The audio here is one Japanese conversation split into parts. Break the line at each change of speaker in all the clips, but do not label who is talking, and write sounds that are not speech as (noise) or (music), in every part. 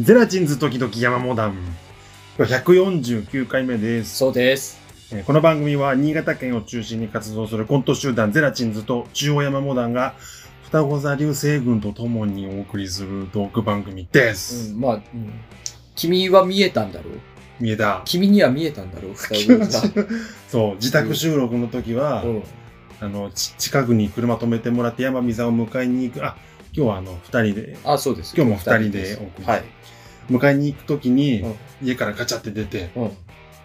ゼラチンズ時々山モダン。今日149回目です。
そうです。
えーこの番組は新潟県を中心に活動するコント集団ゼラチンズと中央山モダンが双子座流星群とともにお送りするトーク番組です。
うん、まあ、うん、君は見えたんだろう。
見えた。
君には見えたんだろう、双子が。
(laughs) そう、自宅収録の時は、
うん、
あの、ち近くに車止めてもらって山美さんを迎えに行く。あ、今日はあの、二人で、
あ、そうです。
今日も二人で送り
はい。
迎えに行く時に
うん、
家からガチャって出て、
うん。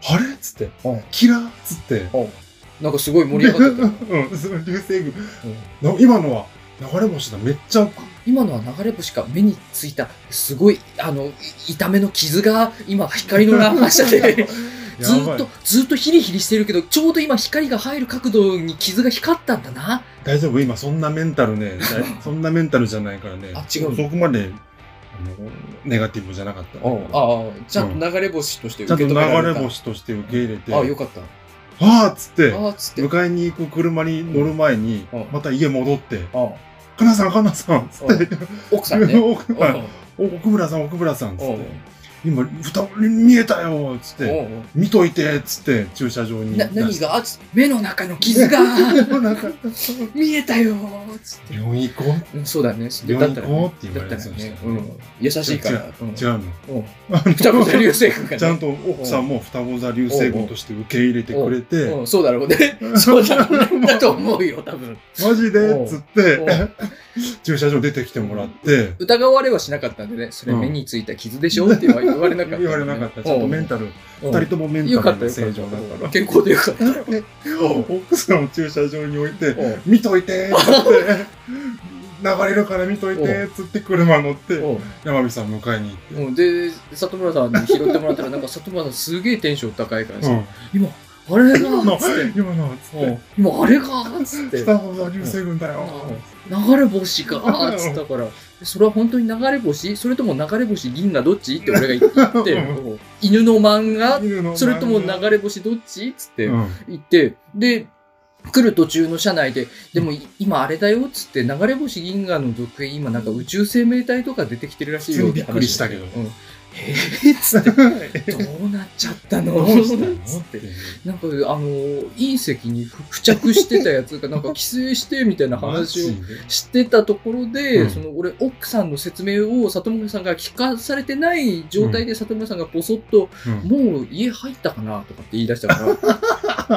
あれっつって、
うん。
キラーっつって、
うん。なんかすごい盛り上がって
(laughs)
たよ。
うん、その流星群。
うん
な今のは流れ星だ。めっちゃ、
今のは流れ星か目についたすごいあのい痛めの傷が今光の乱反射
(laughs)
でず
やば
っ
い
とずっとヒリヒリしてるけどちょうど今光が入る角度に傷が光ったんだな
大丈夫今そんなメンタル
(laughs)
ね、だそんなメンタルじゃないからね。
あ違う
そこまで、あの、ネガティブじゃなかった。ち
ああちゃんと流れ星として
ゃ
受
んと
け止
流
められ
れ
た、
星として受け入れて、
ああよかった
あーっつって、
ああつって
迎えに行く車に乗る前に
うんうん、
また家戻って、
あ
かなさん、かなさんっつって、
奥さん
(laughs)
ね
奥村お奥村さん、奥村さんっつって、今、双子見えたよっつっ
うん
て、
うんうん
見といてっつって、駐車場に出
な
して。
何があつ目の中の
(laughs)
傷が
なんか
見えたよつって
病院行こう
うんそうだね
病
だ
院
った
行
ら
こう
ね
って言
だ
わ
っ
れ
た
て
ら
ました
ね
よ、
う
ね
ん、優しいからうん
違うの。
うん
あの
双子座流星群がね
(laughs) ちゃんと奥さんも双子座流星群として受け入れてくれて、
うん、そうだろうね。
(laughs)
そうだろうね。 (laughs) だと思うよ、多分。
マジでっつって
おう、
駐車場出てきてもらって、
疑われはしなかったんでね、それ
うん
目についた傷でしょって言わ言われなかった、
言われなかった。ちゃんとメンタル、二人
と
ともメン
よ
タ
かっ
ル
た
が
よか
正
った
常だから。
健康でよかっ
(laughs)
た。
で奥さんを駐車場に置いて、
おう
見といてっつって、流れるから見といてっつって車乗って、
おう
山美さん迎えに行っ
うんで、里村さんに拾ってもらったら、なんか里村さんすげえテンション高いから
て、う
さ、
ん
今、あ
(laughs)
れ
今の
が、つって、
今のっつ
う
って
ん、今あれが、つって。
双子座流星群だよ。
流れ星かーっつったからそれは本当に流れ星それとも流れ星銀河どっちって俺が言って
う
犬の漫画
犬の
それとも
漫
流れ星どっちっつって
画、うん
行ってで来る途中の車内ででもい今あれだよっつって流れ星銀河の続編今なんか宇宙生命体とか出てきてるらしいよ
普通にびっくりしたけど
うん、えー、っつってどうなっちゃったの
どうしたの
つっ
ってていう。
なんかあの隕石に付着してたやつがなんか寄生してみたいな話を
マジで
してたところで、
うん
その俺奥さんの説明を里村さんが聞かされてない状態で里村さんがポソッと、
うん
もう家入ったかなとかって言い出したから宇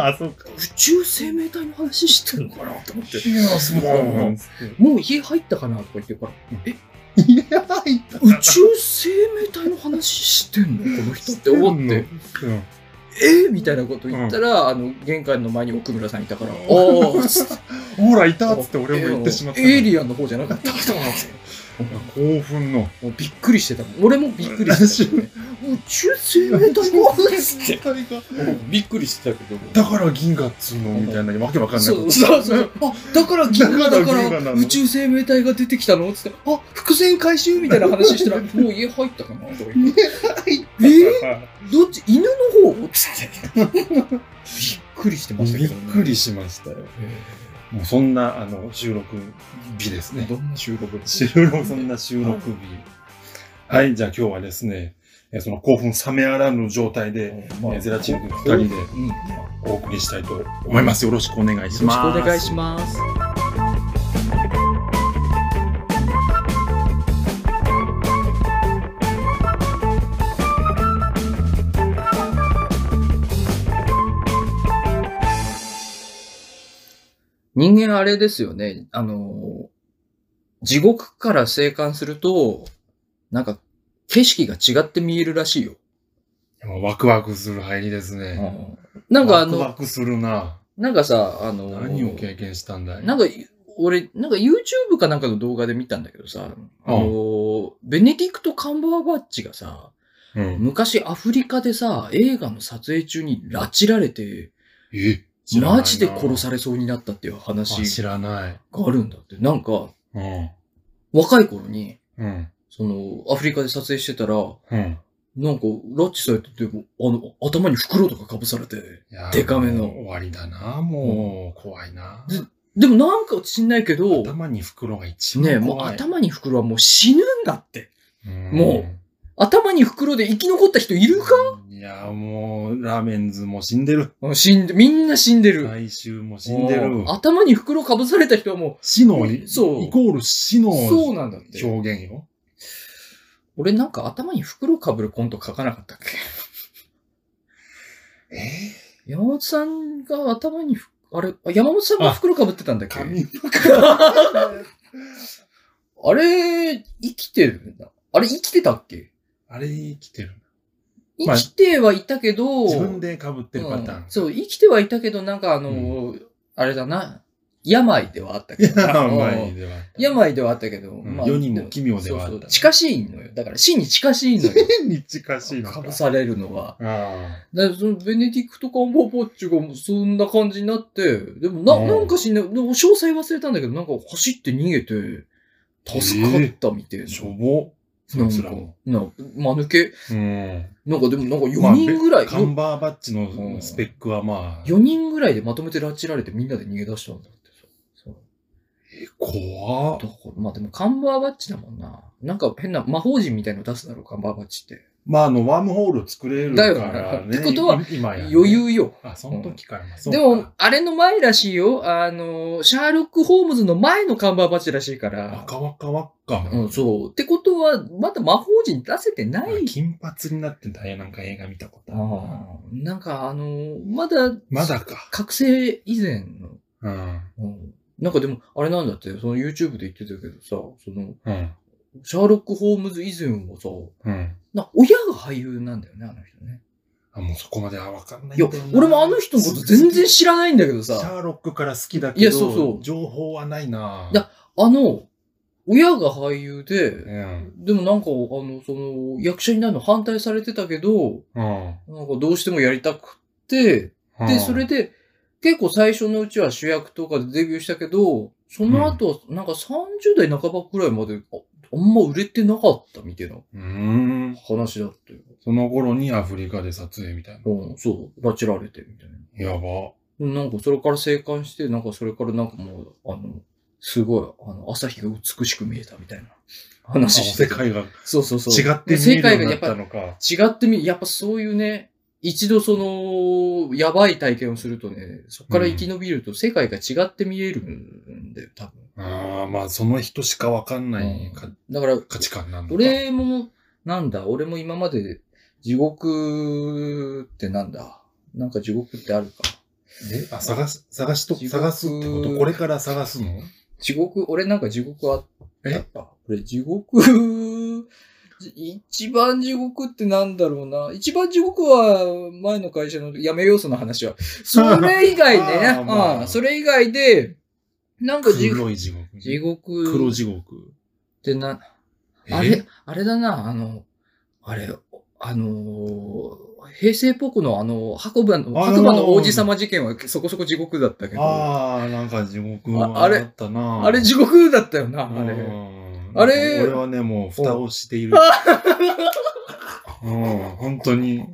あ、そうか。
宙生命体の話してんのかなと思って
ヒーロスモン
もう家入ったかなとか言ってるから
いや、入った
宇宙生命体の話してんのこの人って思って。
うん
えみたいなこと言ったら、あの玄関の前に奥村さんいたから「あ
うん (laughs)
あ」つって
ほら、いたっつって俺も言ってしまったから。
エイリアンの方じゃなかった」
興奮の。
もうびっくりしてたもん俺もびっくりしてた、ね、宇宙生命体の話ってびっくりしてたけど
だから銀河っつうのみたいな、わけわかんないこ
そ
と。
うそ
(laughs)
うそうあだから銀河だ
だから銀
か
河なの
ら宇宙生命体が出てきたのつってあ伏線回収みたいな
(laughs)
話したらもう家入ったかなとか言ってえどっち犬の方つってび
(laughs)
っくりしてました
び
け
っ
ど、ね、
くりしましたよ。もうそんな、あの、収録日ですね。
どんな収録
収録、そんな収録日。はい、じゃあ今日はですね、えその興奮冷めやらぬ状態で、えゼラチン君二人で
うん、よ
お送りしたいと思います。よろしくお願い
ろし
し
くお
ます。
願いします人間あれですよね。あの、地獄から生還すると、なんか、景色が違って見えるらしいよ。
もうワクワクする入りですね。
なんかあの、
ワクワクするな。
なんかさ、あの、
何を経験したんだい
なんか、俺、なんか YouTube かなんかの動画で見たんだけどさ、あのー、ベネディクト・カンバーバッチがさ、
うん。
昔アフリカでさ、映画の撮影中に拉致られて、
え
マジで殺
れ
されそうになったっていう話
知らない。
があるんだって。なんか、
うん。
若い頃に、
うん。
その、アフリカで撮影してたら、
うん。
なんか、拉致されてて、あの、頭に袋とか被されて、
いや
デカめ
も
の
う終わりだな、もう。怖いな。
ずでもなんか知んないけど、
頭に袋が一番
ね
怖い。
もう頭に袋はもう死ぬんだって。
うん
も頭に袋で生き残った人いるか
いや、もう、ラーメンズも死んでる。
うん死んで、みんな死んでる。
来週も死んでる
うん。頭に袋かぶされた人はも
死の、イ
そう
コール死
う、
の
そうなんだって。
表現よ。
俺なんか頭に袋かぶるコント書かなかったっけ
えー
山本さんが頭にふ、あれ、あ山本さんが袋かぶってたんだっけ (laughs) あ
紙
れ、生きてるんだ。あれ、生きてたっけ
あれ生きてる。まあ
生きてはいたけど、
自分で被ってるパターン
うん。そう、生きてはいたけど、なんかあの、あれだな、病ではあったけどな。
(laughs) うま
う
い
ん (laughs)
では。
病ではあったけど、
ん世にも奇妙ではあった
そうそう近しいのよ。だから死に近しいの
(laughs)
よ。
変に近しいの
か
か。
ぶされるのは。
あ
で、そのベネディクト・カンバーパッチがもうそんな感じになって、でもな、
うん
なんかしんない、でも詳細忘れたんだけど、なんか走って逃げて、助かったみたいな。
あ。しょぼ。そい
なんか
つらも。、
なんか、間抜け。
うん。
なんかでもなんか
まあ
4人ぐらい、
カンバーバッチのスペックはまあ、
4人ぐらいでまとめて拉致られてみんなで逃げ出したんだってさ。そう
怖っ
だからまあでもカンバーバッチだもんな。なんか変な魔法陣みたいの出すだろう、カンバーバッチって。
まあ、あの、ワームホール作れるからね。
だよねってことは
今今やね
余。裕よ。
あ、その時からな。そう
で
か
も、、あれの前らしいよ。あの、シャーロック・ホームズの前のカンバーバッチらしいから。
赤わかわっか。
うん、そう。ってことは、まだ魔法陣出せてな
あ
い。
金髪になってたよ。なんか映画見たことある
あーなんか、あの、まだ、
まだか。
覚醒以前の。
うん。
うんなんかでも、あれなんだって、その YouTube で言ってたけどさ、その、
うん。
シャーロック・ホームズ以前はさ、
うん。
な、親が俳優なんだよね、あの人ね。
あ、もうそこまではわかんない
いや
んだよ、な
俺もあの人のこと全然知らないんだけど
シ
さ、
ャーロックから好きだけど、
いやそうそう
情報はないない
やあの、親が俳優で、
うん。
でもなんか、あの、その、役者になるの反対されてたけど、
うん。
なんかどうしてもやりたくって、で、それで、結構最初のうちは主役とかでデビューしたけど、その後は、なんか30代半ばくらいまで、ああんま売れてなかったみたいな
うん。
話だって。
その頃にアフリカで撮影みたいな。
うん、そう、拉致られてみたいな。
やば。
なんかそれから生還して、なんかそれからなんかもう、あの、すごい、あの、朝日が美しく見えたみたいな
あ
話して
世
た。
界が違
そうそうそう。
って見え
世
るよ
界
うに
が
な
や
っ
ったぱ
のか。
違ってみ、やっぱそういうね、一度その、やばい体験をするとね、そこから生き延びると世界が違って見えるんだよ、多分。
ああ、まあその人しかわかんないか
だから、
価値観なんだ。
俺も、なんだ、俺も今まで地獄ってなんだ。なんか地獄ってあるか。
えあ、探す、探しと、
地獄
探すってことこれから探すの
地獄、俺なんか地獄あった。
え
俺地獄、じ一番地獄ってなんだろうな。一番地獄は前の会社の辞め要素の話は。それ以外でね。
(laughs) あーまあ
うんそれ以外で、なんか地獄、
黒い地獄。
地獄
黒
っ
地獄。
てな、
え
あれ、あれだな、あの、あれ、あのー平成っぽくのあの、白馬の、
あー
白馬の王子様事件はそこそこ地獄だったけど、あ
ああ、なんか地獄
あ
は
あれ
あったな。
れ地獄だったよな、あれ。
うん
あれ
俺はね、もう蓋をしている。うん、本当に、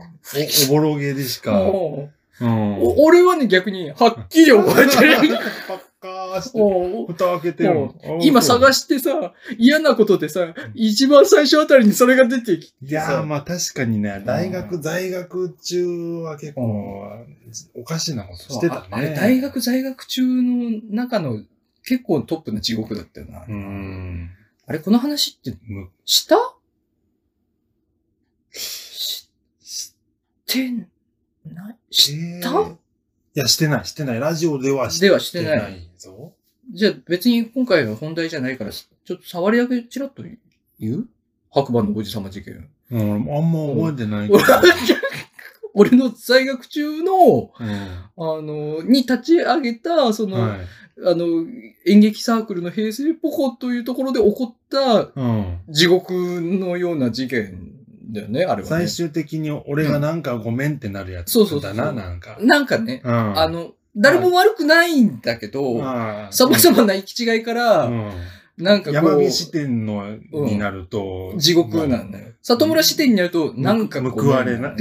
お、おぼろげでしか。
もう
うん。
お俺はね、逆に、はっきり覚え
(laughs)
てる。
パッカーしてる、
お
蓋開けてる。
今探
し
してさ、嫌なことでさ、一番最初あたりにそれが出てきて
いやー、まあ確かにね、大学、在学中は結構、おかしなことしてた
ああれ
ね。
大学在学中の中の結構トップな地獄だったよな。
うん。
あれ、この話って、
む
したし、してないし
えー
た
いや、してない、してない。ラジオではし
ではして
て
ない。
ないぞ。
じゃあ別に今回の本題じゃないから、ちょっと触りだけチラッと言う白馬の王子様
(laughs)
事件。
うん、あんま覚えてないけど
(laughs) 俺。俺の在学中の、
うん
あの、に立ち上げた、その、
はい。
あの、演劇サークルの平成ポコというところで起こった
うん。
地獄のような事件だよね、あれは、ね。
最終的に俺がなんかごめんってなるやつ
そうそうそ
だ
う
な、なんか。
なんかね、
うん
あ、の、誰も悪くないんだけど、さまざまな行き違いから、
うん
なんかこ
山
う、
火視点のになると、
地獄なんだよ。里村視点になると、なんかこう
報われ
(laughs)
ない。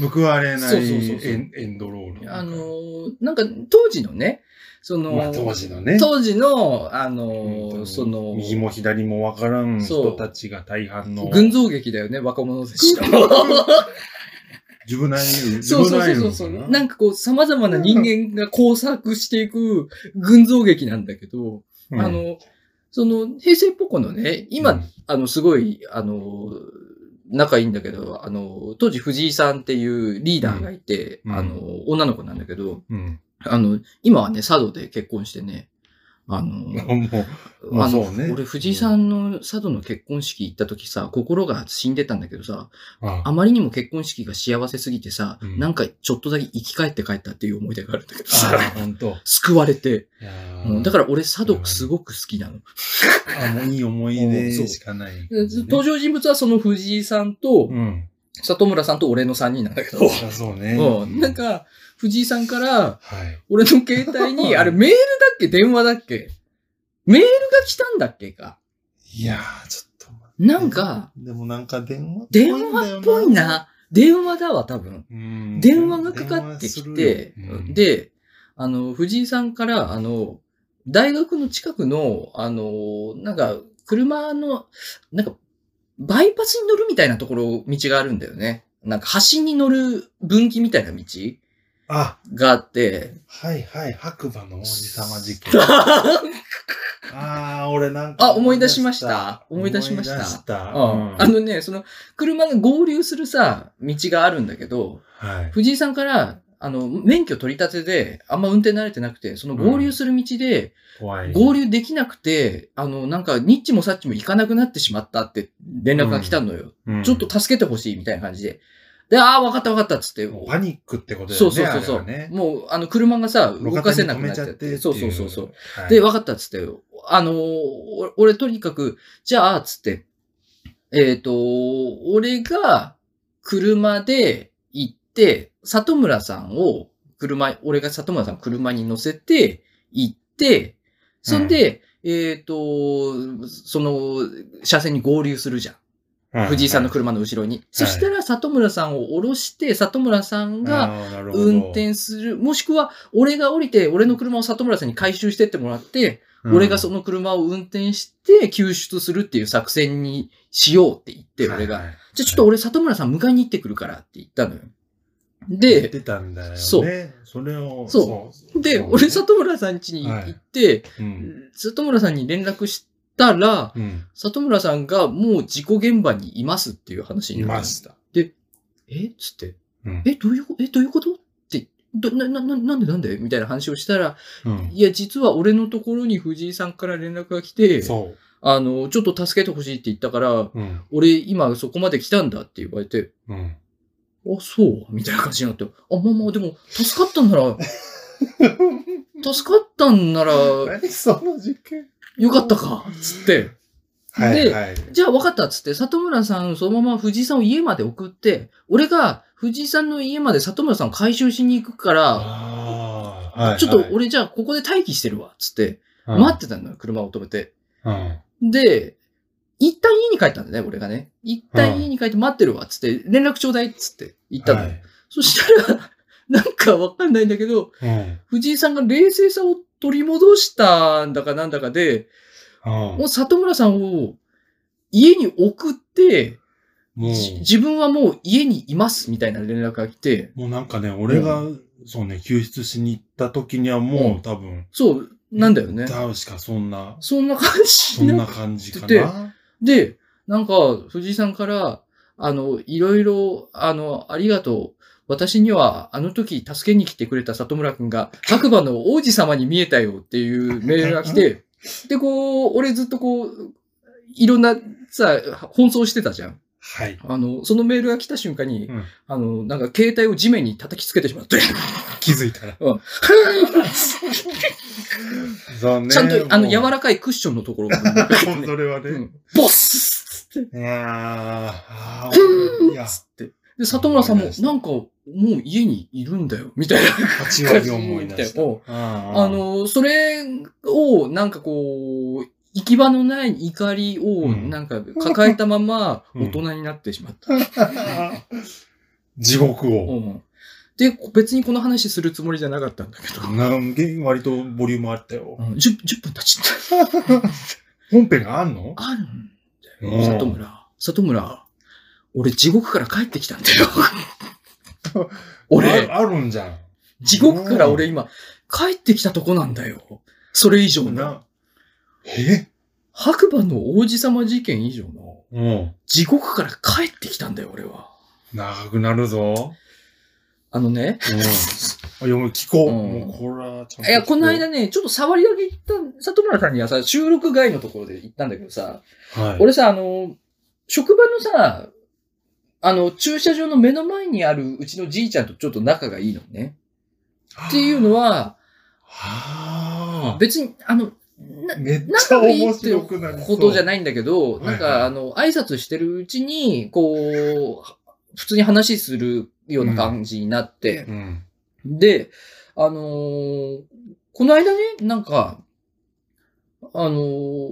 報われな
そうそうそう
い
そう
エンエンドロール。
あのーなんか当時のね、その、
まあ当時のね。
当時の、あの
本当
ー、
に
その、
右も左もわからん
そ
人
う
たちが大半の。
群
(laughs)
像劇だよね、若者たちの。
ジュブナイル。ジ
そう
ュブ
そう
ナイル
そう
の
そう。
か
な
なん
かこう、様々な人間が工作していく群像劇なんだけど、
うん
あの、その、平成ポコのね、今、
うん
あの、すごい、あの、仲いいんだけど、あの、当時藤井さんっていうリーダーがいて、
うん
あの、女の子なんだけど、
うん。
あの、今はね、佐渡で結婚してね、あの、
もう、 (laughs) まあ
あの、
そうね
俺、藤井さんの佐渡の結婚式行った時さ、心が死んでたんだけどさ、あ
あ
まりにも結婚式が幸せすぎてさ、
うん
なんかちょっとだけ生き返って帰ったっていう思い出があるんだけど
あ
さ、
ほんと。
救われて、
いや
うん
ー
だから俺佐渡すごく好きなの。
あもういい思い出しかない。
登場人物はその藤井さんと、
うん。
里村さんと俺の3人なんだけど、
あそうね。
うん、なん、か、藤井さんから、
はい。
俺の携帯に、あれメールだっけ電話だっけメールが来たんだっけか。
いやー、ちょっと待って。
なんか、
でもなんか電話
電話っぽい。な。電話だわ、多分。
うん
電話がかかってきて、
電話するようん
で、あの、藤井さんから、あの、大学の近くの、あの、なんか、車の、なんか、バイパスに乗るみたいなところ、道があるんだよね。なんか、橋に乗る分岐みたいな道
あ、
があって、
はいはい、白馬の王子様事
(laughs)
件。ああ、俺なんか。
あ思い出しました思い出しました
思い出した
うんあのね、その、車が合流するさ、道があるんだけど、
はい。
藤井さんから、あの、免許取り立てで、あんま運転慣れてなくて、その合流する道で、
怖い。
合流できなくて、あの、なんか、ニッチもサッチも行かなくなってしまったって連絡が来たのよ。
うん
ちょっと、助けてほしいみたいな感じで。で、ああ、わかったわかったっつって。
もうパニックってことだよ
そ
ね。
うそうそうそう、
あれはね
もう、あの、車がさ、動かせなくなっちゃ
路肩に止めちゃっ
って。
てってい
そうそうそうそう。。
はい
で、わかったっつって。あのーお俺、とにかく、じゃあ、つって。えっ、と、俺が車で行って、里村さんを車、俺が里村さんを車に乗せて行って、そんで、えっ、と、その、車線に合流するじゃん。藤井さんの車の後ろに。そしたら、里村さんを降ろして、里村さんが、運、
はい
転する、もしくは、俺が降りて、俺の車を里村さんに回収してってもらって、俺がそ、の車を運転して救出するっていう作戦にしようって言って、俺が。じゃあちょっと
俺
俺里村さん迎えに行ってくるからって言ったのよ。
で、
で、
出たんだよね。
そう
それを、。
そうで、
そうね
俺、里村さん家に行って、
うん。
里村さんに連絡したら、
うん
里村さんがもう事故現場にいますっていう話に
い
なり
ま
まし。
したた。
えつって、
うん
え、どういうこ、え、どういうことって、どな、な、ななんでなんでみたいな話をしたら、
うん
いや、実は俺のところに藤井さんから連絡が来て、
そ
あの、ちょっと助けてほしいって言ったから、
う。うん。
俺今そこまで来たんだって言われて、
うん。
あ、そうみたいな感じになって、あ、まあまあ、でも、助かったんなら、助かったんなら、よ
何その事件
かったか、つって。
はいはい。
じゃあ分かった、つって、里村さん、そのまま藤井さんを家まで送って、俺が藤井さんの家まで里村さんを回収しに行くから、
ああ、はい
ちょっと、俺じゃあここで待機してるわ、つって、
はい
待ってたのよ、車を止めて。
うん。
で、一旦家に帰ったんだね、俺がね。一旦家に帰って待ってるわ、つって、連絡ちょうだい、つって言ったの、
はい
そしたら、なんかわかんないんだけど、
うん。
藤井さんが冷静さを取り戻したんだかなんだかで、
うん
もう里村さんを家に送って、
もう、
じ自分はもう家にいます、みたいな連絡が来て、
もうなんかね、俺が、そうね、救出しに行った時にはもう多分、
そう、なんだよね。
ダウしかそんな、
そんな感じ
そ
に
んな
なっ
感じか
で
な。
で、なんか、藤井さんから、あの、いろいろ、あの、ありがとう。私には、あの時助けに来てくれた里村くんが、白馬の王子様に見えたよっていうメールが来て、で、こう、俺ずっとこう、いろんな、さ、奔走してたじゃん。
はい。
あの、そのメールが来た瞬間に、
うん
あの、なんか携帯を地面に叩きつけてし
(laughs)
まって、
気づいたら。
うん
残念。
ちゃんと、あの、柔
ら
らかいクッションのと
(laughs)
ころを、ね、
それはね。
うんボスッつって、
いやーあ
ふ
ー、い
ー
や
っ、つって。で、里村さんも、
思い出した
なんか、もう家にいるんだよ、みたいな
8
感
割
じ
思い出した。
うんあ
あ、
の、それを、なんかこう、行き場のない怒りを、
うん
なんか抱えたまま、
うん
大人になってしまった。
地獄
う
を。
んで、別にこの話するつもりじゃなかったんだけど。
なんげ割とボリュームあったよ。
うん、10, 10分経ちった。
本編があんの
あるんだ
うん
よ。里村。里村。俺、地獄から帰ってきたんだよ。
(laughs)
俺、
ああるんじゃん。
地獄から俺今、帰ってきたとこなんだよ。それ以上な。
な。え
白馬の王子様事件以上の、
うん。
地獄から帰ってきたんだよ、俺は。
長くなるぞ。あ
のね、
うん。よ、聞こう。
うん
もうこれはちゃん
いや、この間
ね、
ね、ちょっと触りだけ行った、里村さんにはさ、収録外のところで行ったんだけどさ、
はい、
俺さ、あの、職場のさ、あの、駐車場の目の前にあるうちのじいちゃんとちょっと仲がいいのね。っていうのは、
はあ。
別に、あの、な
めっちゃ
仲がいい
面
って
白くなりそう。
ことじゃ
ない。
ないんだけど、なんか、あの、挨拶してるうちに、こう、普通に話するような感じになって、
うん。
で、あのーこの間ね、なんか、あのー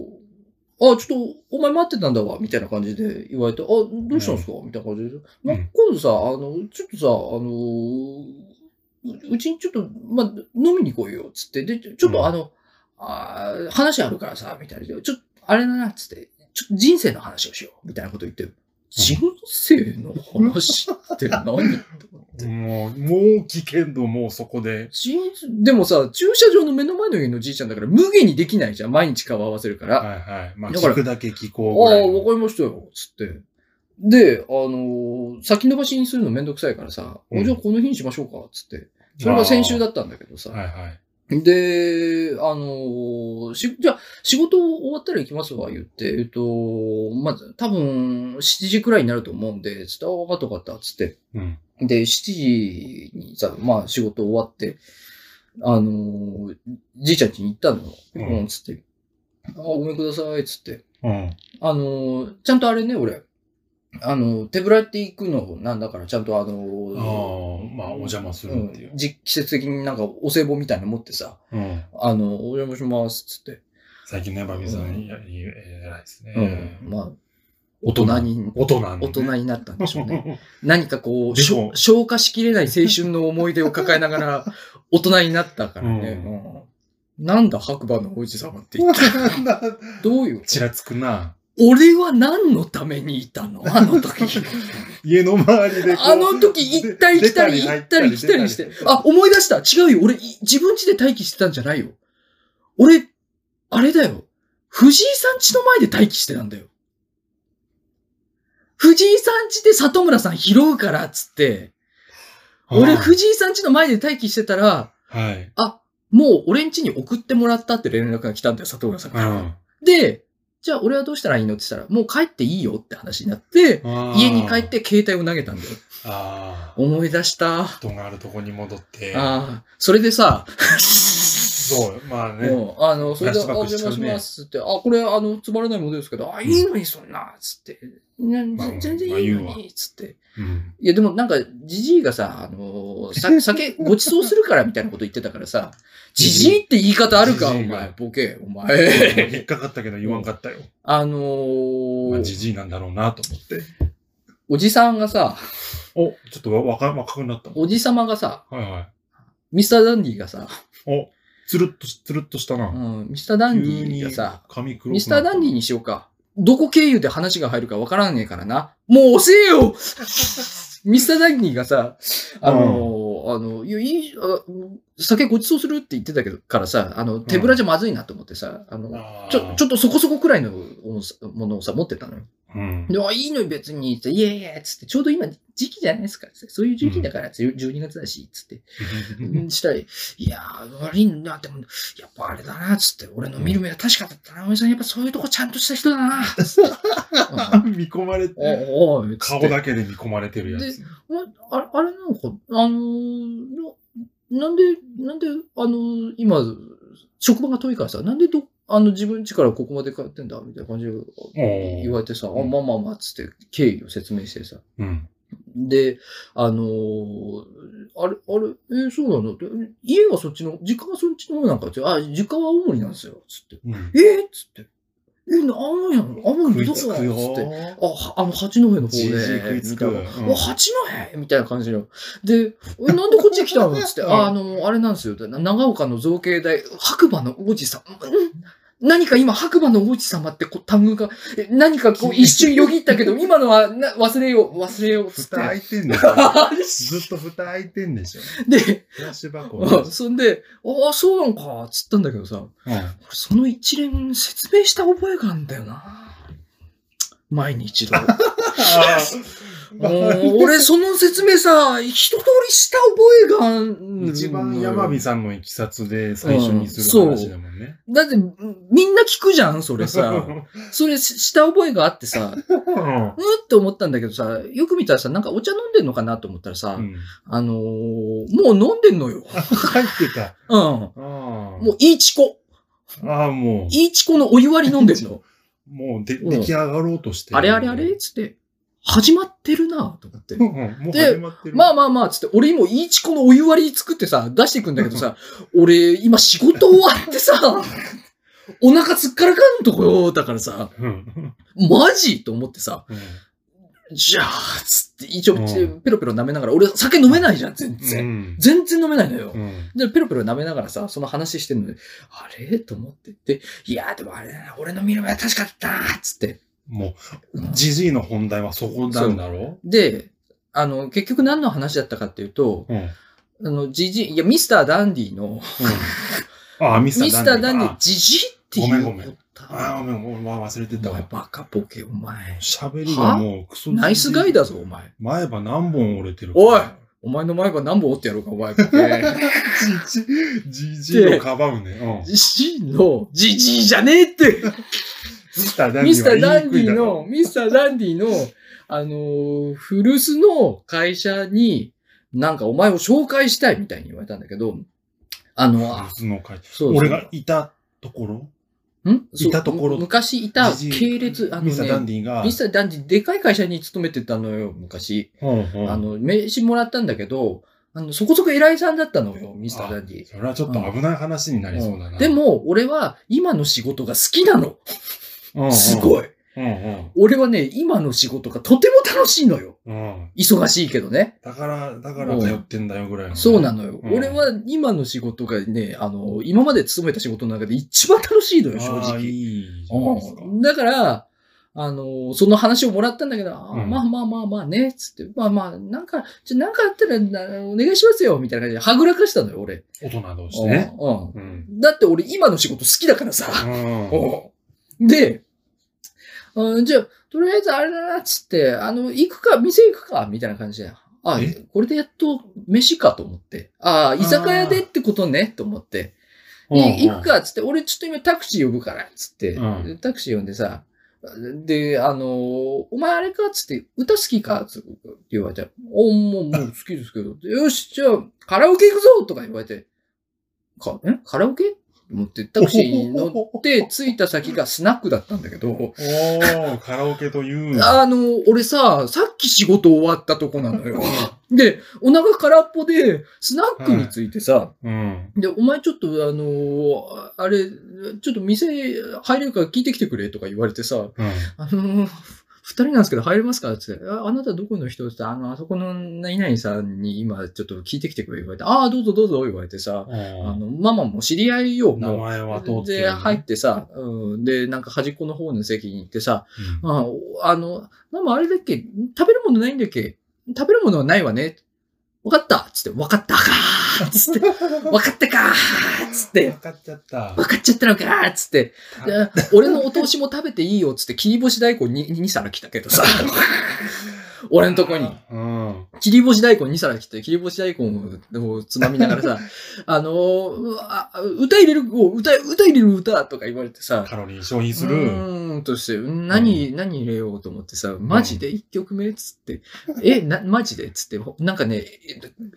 あ、ちょっと、お前待ってたんだわ、みたいな感じで言われて、あ、どうしたんですか、みたいな感じで。ま
うん
今度さ、あの、ちょっとさ、あのーううちにちょっと、まあ、飲みに来いよ、つって。で、ちょちょっ
うん
とあの、あー話あるからさ、みたいな。ちょっと、あれだな、つって。ちょっと人生の話をしよう、みたいなこと言って。人生の話って何って思って
もう、もう危険度もうそこで。
じでもさ、駐車場の目の前の家のじいちゃんだから、無限にできないじゃん。毎日顔合わせるから。あ
はいはい。まあ、
だから
聞くだけ聞
あ、
こうぐらいの。
わかりましたよ。つって。で、あのー先延ばしにするのめんどくさいからさ、
うん
じゃあこの日にしましょうか。つって。それが先週だったんだけどさ。
はいはい。
で、あのーし、じゃあ、仕事終わったら行きますわ、言って、えっと、まず、多分、7時くらいになると思うんで、つって、あ、わかったわかった、つって。
うん。
で、7時にさ、まあ仕事終わって、あのーじいちゃん家に行ったの。
うん
うん、つって。あ、ごめんください、つって。
うん。
あのーちゃんとあれね、俺。あの、手ぶらって行くのなんだから、ちゃんとあの
ああ、
ー
まあ、お邪魔するっていう
うん。じ季節的になんかお歳暮みたいなの持ってさ、
うん。
あの、お邪魔します、つって。
最近ね、バビさん、いや、いい偉いですね。
うん。まあ、大人に、
大人のね
大人になったんでしょうね。
ね。
何かこう、
でも
しょ消化しきれない青春の思い出を抱えながら (laughs) 大人になったからね。
う
うんなんだ白馬の王子様って
(laughs)
言った。どうい
(laughs)
う
ちらつくな。
俺は何のためにいたのあの時。
家の周りでこう。
あの時行ったり来たり
出
行ったり来たりし。
入
て
っ。
あ、思い出した違うよ。俺、い自分家で待機してたんじゃないよ。俺、あれだよ。藤井さん家の前で待機してたんだよ。藤井さん家で里村さん拾うから、つって。俺、
ああ
藤井さん家の前で待機してたら、
はい。
もう俺ん家に送ってもらったって連絡が来たんだよ、里村さん
う
から。
ん
で、じゃあ俺はどうしたらいいのって言ったら、もう帰っていいよって話になって、
ああ
家に帰っ。て携帯を投げたんだよ。
ああ。
思い出した。あ
人があるとこに戻って。
あ、それでさ、
そう、まあね。
もう、あの、それで、あ、
フラ
お
ッシュ
邪
バッ
魔
クし
し
ちゃうね
ますって、あ、これ、あの、つまらないものですけど、あ、いいのにそんな、つって、な
まあ
全然いいのに、つって。
うん
いや、でもなんか、じじいがさ、あのー
(laughs)
さ、酒、ごちそうするからみたいなこと言ってたからさ、じじいって言い方あるか、お
ジジイが
前、ボケ、お
引っ
前。 (laughs)
かかったけど言わんかったよ。
あの
まあ、
ー
じじいなんだろうなと思って。
おじさんがさ、
お、ちょっとわか若くなった。
おじさまがさ、
はいはい。
ミスターダンディがさ、
お、つるっとし、つるっとした
う
な。
ん、ミスターダンデ
急
ィ
に
がさ、
髪黒くなった
ミスターダンディにしようか。どこ経由で話が入るかわからねえからな。もう遅えよ (laughs) ミスターダンディがさ、あの、あの、いや、いい、あ酒ごちそうするって言ってたけど、からさ、あの、手ぶらじゃまずいなと思ってさ、あの、
あー
ちょ、ちょっとそこそこくらいのおものをさ、持ってたのよ。
うん。 (laughs)
で、あ、いいのよ別に、つって、いやいや、つって、ちょうど今時期じゃないですか、つって、そういう時期だから、つって12月だし、つって。したら、いやー、悪いな、でも、やっぱあれだな、つって、俺の見る目は確かだったな、おじさん、やっぱそういうとこちゃんとした人だな、つって。
見込まれて
うんおおい、つっ
顔
て。
だけで見込まれてるやつ。
おあれあれなのか、あのーななんで、なんで、あのー今、職場が遠いからさ、なんでど、あの、自分家からここまで帰ってんだ、みたいな感じで
おー
言われてさ、あ、
うん
まあまあまあ、つって、経緯を説明してさ、
うん。
で、あのーあれ、あれ、えーそうなのってえ家がそっちの、実家がそっちの方なんかって、あ、実家は青森なんですよ、つって。
うん
えー、っつって。え、青森なの青
食い
森のどこ
つ
な
くよ
のつって。あ、はあの、八戸の方で。
じいじい食いつく
みたいなもう八戸みたいな感じの。で、え、なんでこっち来
(laughs)
たのつって、
うん
ああの、あれなんですよ。な長岡の造形大、白馬の王子様。ん何か今、白馬の王子様ってこう単語が、え何
(laughs)
かこう一瞬よぎったけど、今のはな忘れよう、忘れよう、つっ
蓋
て。
開いてんでし
あれ
ょずっと蓋開いてんでしょ
で、
フラッシュバックを
あそんで、ああ、そうなんか、つったんだけどさ、俺その一連説明した覚えがあるんだよな。前に
(laughs)
一度。も (laughs) う俺、その説明さ、一通りした覚えがあるのよ
一番山火さんのいきさつで最初にする話だもんね。
だって、みんな聞くじゃん、そ
(laughs)
れさ。それしした覚えがあってさ、う
うん
って思ったんだけどさ、よく見たらさ、なんかお茶飲んでんのかなと思ったらさ、
ん。
あのーもう飲んでんのよ。
入ってた。
うん。
も
もう、いいちこ。
ああ、も
いいちこのお湯割り飲んで
(laughs)
んの。
う、もうで
うん
出来上がろうとしてる。
あれあれあれつって、始まってるなと思って
うん。うんもう
で
始まってる。
まあまあまあ、つって、俺今、いいちこのお湯割り作ってさ、出してくんだけどさ、俺、今仕事終わってさ、お腹すっからかんとこよ、だからさ、
うん。
マジと思ってさ、
うん
じゃあ、つって、一応、
うん
ペロペロ舐めながら、俺酒飲めないじゃん、全
う
然。
ん。
全然飲めないのよ。
うん
で、ペロペロ舐めながらさ、その話してんのに、あれと思って。で、いや、でもあれだな、俺の見る目は確かだったなつって。
もう、じじいの本題はそこなんだろ
で、あの、結局何の話だったかっていうと、
ううん。うん
あの、じじい、いや、ミスターダンディの、
ああ、ミ
ミス
ス
タ
タ
ー
ーダ
ダン
ン
デ
デ
ィ
ィ、。
じじって言う
ごめんごめんああ、ごめん、ごめん忘れて
お
た
前
わ。
バカボケ、お前。
喋りがもうクソ
ナイスガイだぞ、お。前。
前歯何本折れてる
おいお前の前歯何本折ってやろうか、お前。
(laughs) じじ、じじいをかばうね。うん。
じじいの、じじいじゃねえって
ミスターダンディは
ミスターダン
言いに
デ
く
ィ
いだ
の
ろ、
ミスターダンディの、あのー古巣の会社に、なんかお前を紹介したいみたいに言われたんだけど、あの、あ
その会
そうそう
俺がいたところ
んそう
いたところ
昔いた
じじい
系列、あの、ね、
ミスターダンディが。
ミスターダンディ、でかい会社に勤めてたのよ、昔。
うんうん
あの、名刺もらったんだけど、あの、そこそこ偉いさんだったのよ、ミスターダンディ。
それはちょっと危ない話になりそうだな。
で、も、俺は今の仕事が好きなの。す
い。
ごい。
うんうん
俺はね、今の仕事がとても楽しいのよ。
うん。
忙しいけどね。
だから、だから通ってんだよぐらいの。
そうなのよ。
うん
俺は今の仕事がね、あの、今まで勤めた仕事の中で一番楽しいのよ、正
ああい
直。
いじゃないですか。
うんだから、あの、その話をもらったんだけど、あー
うん
まあまあまあまあね、つって、まあまあ、なんか、ちょなんかあったらなお願いしますよ、みたいな感じで、はぐらかしたのよ、俺。
大人同士でね。
うんうん
うん。
だって俺今の仕事好きだからさ。
うん
で、うん、じゃあ、とりあえずあれだな、つって、あの、行くか、店行くか、みたいな感じで。あ
え、
これでやっと飯かと思って。ああ、居酒屋でってことね、と思って。で、行く。か、つって、俺ちょっと今タクシー呼ぶから、つって、
うん
でタクシー呼んでさ、で、あのーお前あれかっつって、歌好きかつって言われて、おもう、もう好きですけど、でよし、じゃあ、カラオケ行くぞとか言われて、か、えカラオケ持って、タクシーに乗
(laughs)
って、着いた先がスナックだったんだけど、
おー、カラオケという。
あのー、俺さ、さっき仕事終わったとこなのよ。で、お腹空っぽで、スナックについてさ、
うん。
で、お前ちょっと、あのーあれ、ちょっと店入れるから聞いてきてくれとか言われてさ、
うん。
あのー二人なんですけど入れますかって言ってあ、あなたどこの人って言ってあの、あそこの何々さんに今ちょっと聞いてきてくれ言われて、ああ、どうぞどうぞ言われてさ、あの、ママも知り合いよ、
名
もう。
前は通ってるね。
で、入ってさ、うん、で、なんか端っこの方の席に行ってさ、
うん。
ああの、ママあれだっけ食べるものないんだっけ食べるものはないわね。わかったつって、わかったかーつって、わかったかーつっ
(laughs)
て
わ、かっちゃった。
わかっちゃったのかーつって、で俺のお通しも食べていいよっつって、切り干し大根 2, 2皿来たけど (laughs) さ、俺のとこに、
うん。
切り干し大根2皿来て、切り干し大根をつまみながら (laughs) さ、あのーうわあ歌入れる、お歌、歌入れる歌とか言われてさ、
カロリー消費す
う
る。
ーんとして、何、何入れようと思ってさ、マジで1曲目っつって、え、な、マジでっつって、ほなんかね、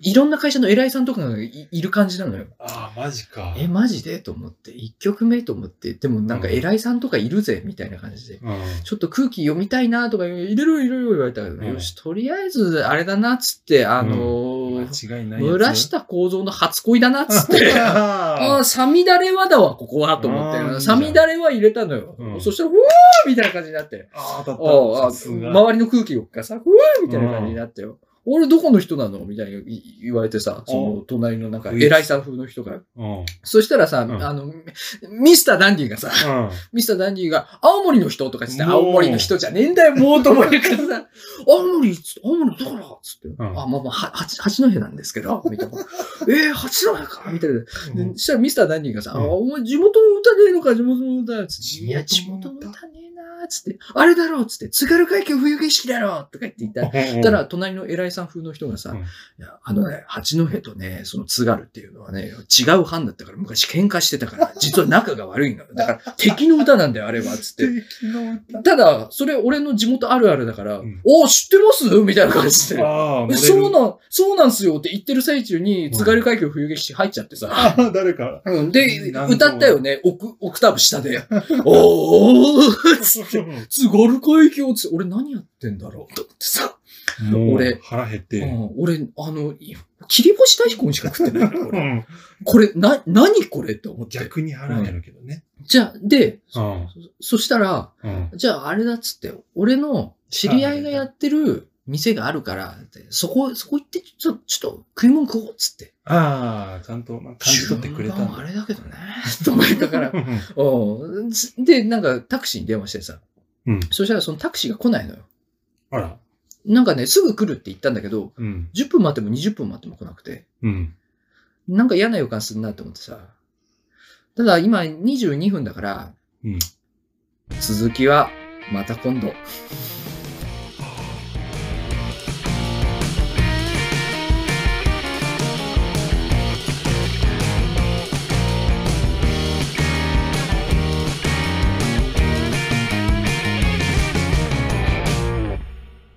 いいろんな会社の偉いさんとかがいいる感じなのよ。
ああ、マジか。
え、マジでと思って、1曲目と思って、でもなんか偉いさんとかいるぜ、みたいな感じで。
うん。
ちょっと空気読みたいなとか、いろいろいろいろ言われたけど、
うん
よし、とりあえず、あれだな、っつって、あのーの、
間違いないやつ。
村下構造の初恋だな、つって。あ
あ
(laughs) あ、サミダレはだわ、ここは、と思
あーいいじゃ
って。
ん
サミダレは入れたのよ。
うん
そしたら、うわーみたいな感じにな
(laughs)
って。
あ、当たった。
ああ、
さすが
周りの空気がさ、うわーみたいな感じになってよ。俺どこの人なのみたいにい言われてさ、その隣のなんか
うん
偉いさん風の人が。
うん。うん。
そしたらさ、
うん
あの、ミスターダンディがさ、ミスターダンディが、青森の人とか言ってた
もう
青森の人じゃねえんだよ、もうと思いながら (laughs) さ、青森、青森だから、つって、
ん
あ、まあまあ、は八、八戸なんですけど、みたいな。 (laughs) えー、八戸か、みたいな。
う
で
ん
そしたらミスターダンディがさ、
うん
あ、お前地元の歌ねえのか、地元の歌。つって
地元の歌
いや、地元の歌ねえなつって、あれだろうつって、津軽海峡冬景色だろとか言って言ったら、
うん
たら、隣の偉いさん風の人がさ、
うん
いや、あのね、八戸とね、その津軽っていうのはね、違う班だったから、昔喧嘩してたから、 (laughs) 実は仲が悪いんだよ。だから、敵の歌なんだよ、あれは、つって。
敵の歌
ただ、それ俺の地元あるあるだから、
うん
おー知ってますみたいな感じで。
ああ、モデル
そうなん、そうなんすよって言ってる最中に、
ん
津軽海峡冬景色入っちゃってさ。
ああ、誰か。
うん、で、
なんと
歌ったよね、オクオクターブ下で。おーつって、津軽海峡つって、俺何やってんだろうと思ってさ、
もう
(laughs) 俺、
腹減っ
う
て。
ん、俺、あの、い切り干し大根しか食ってないの
う (laughs)
俺
ん。
これ、な、何これって思って。
逆に腹減るけどね。
じゃあ、で、
うん。
そしたら、
うん。
じゃああれだっつって、俺の知り合いがやってる店があるから、ってそこ、そこ行って、ちょっと、ちょっと食い物食おうっつって。
ああ、ちゃんと、まあ、感じ取ってくれた
順
ん
番
だ
あ。れだけどね、 (laughs) と思いながら、
うん
うんで、なんかタクシーに電話してさ。
うん
そしたらそのタクシーが来ないのよ。
あら。
なんかね、すぐ来るって言ったんだけど、
うん。
10分待っても20分待っても来なくて、
うん。
なんか嫌な予感するなって思ってさ。ただ今22分だから、
うん
続きはまた今度。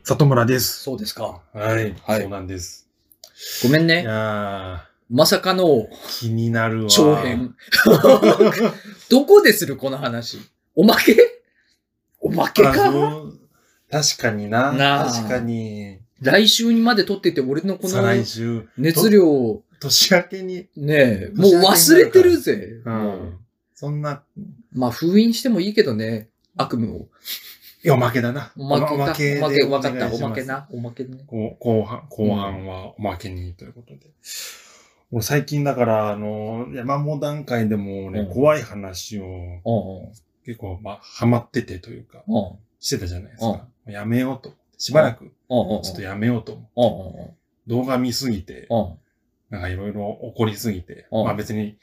里村です。
そうですか。
はい。
はい
そうなんです。
ごめん
い
ね。
や
まさかの
ー、気になるわ。
長
(laughs)
編。 (laughs) どこでするこの話。おまけおまけ
あ
か
そう確かにな。
なあ
確かに。
来週にまで撮ってて俺のこ
再
の
来週、
熱量を
年明けに。
ねえ、もう忘れてるぜ。
うん。そんな、
まあ封印してもいいけどね、悪夢を。
いやおまけだな。
おまけか。おまけ、
で
わかっ
お願
た。
い
お
します
まけな。おまけね。
こう後半、後半はおまけにということで。もう最近だから、あの、山本段階でもね、
うん
怖い話を
うんうん
結構、まあ、ハマっててというか、
うん
してたじゃないですか。もうやめようと。しばらく、
うんうん
ちょっとやめようと思う。
うんうん
動画見すぎて、
うんうん
なんかいろいろ起こりすぎて、
うん
まあ別に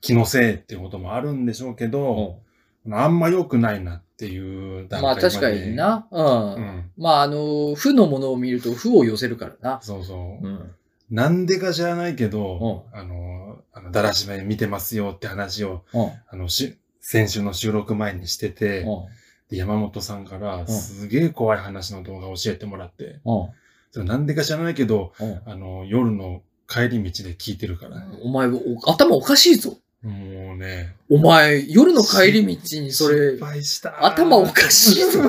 気のせいっていうこともあるんでしょうけど、
う
あんま良くないなっていうん段階
まあ確
ま
か
で
に。な。う。
うんん。
まああの、負のものを見ると負を寄せるからな。
そうそうう。
ん。
なんでか知らないけど、あの、あのだらしめ見てますよって話を、
うん。
あの、し、先週の収録前にしてて、
うん。
で山本さんから
ん
すげえ怖い話の動画を教えてもらって、
うん
それなんでか知らないけど、
うん
あの、夜の帰り道で聞いてるからね。
お前、お頭おかしいぞ。
もうね、
お前、夜の帰り道にそれ
失、敗した。
頭おかしい (laughs) ぞ。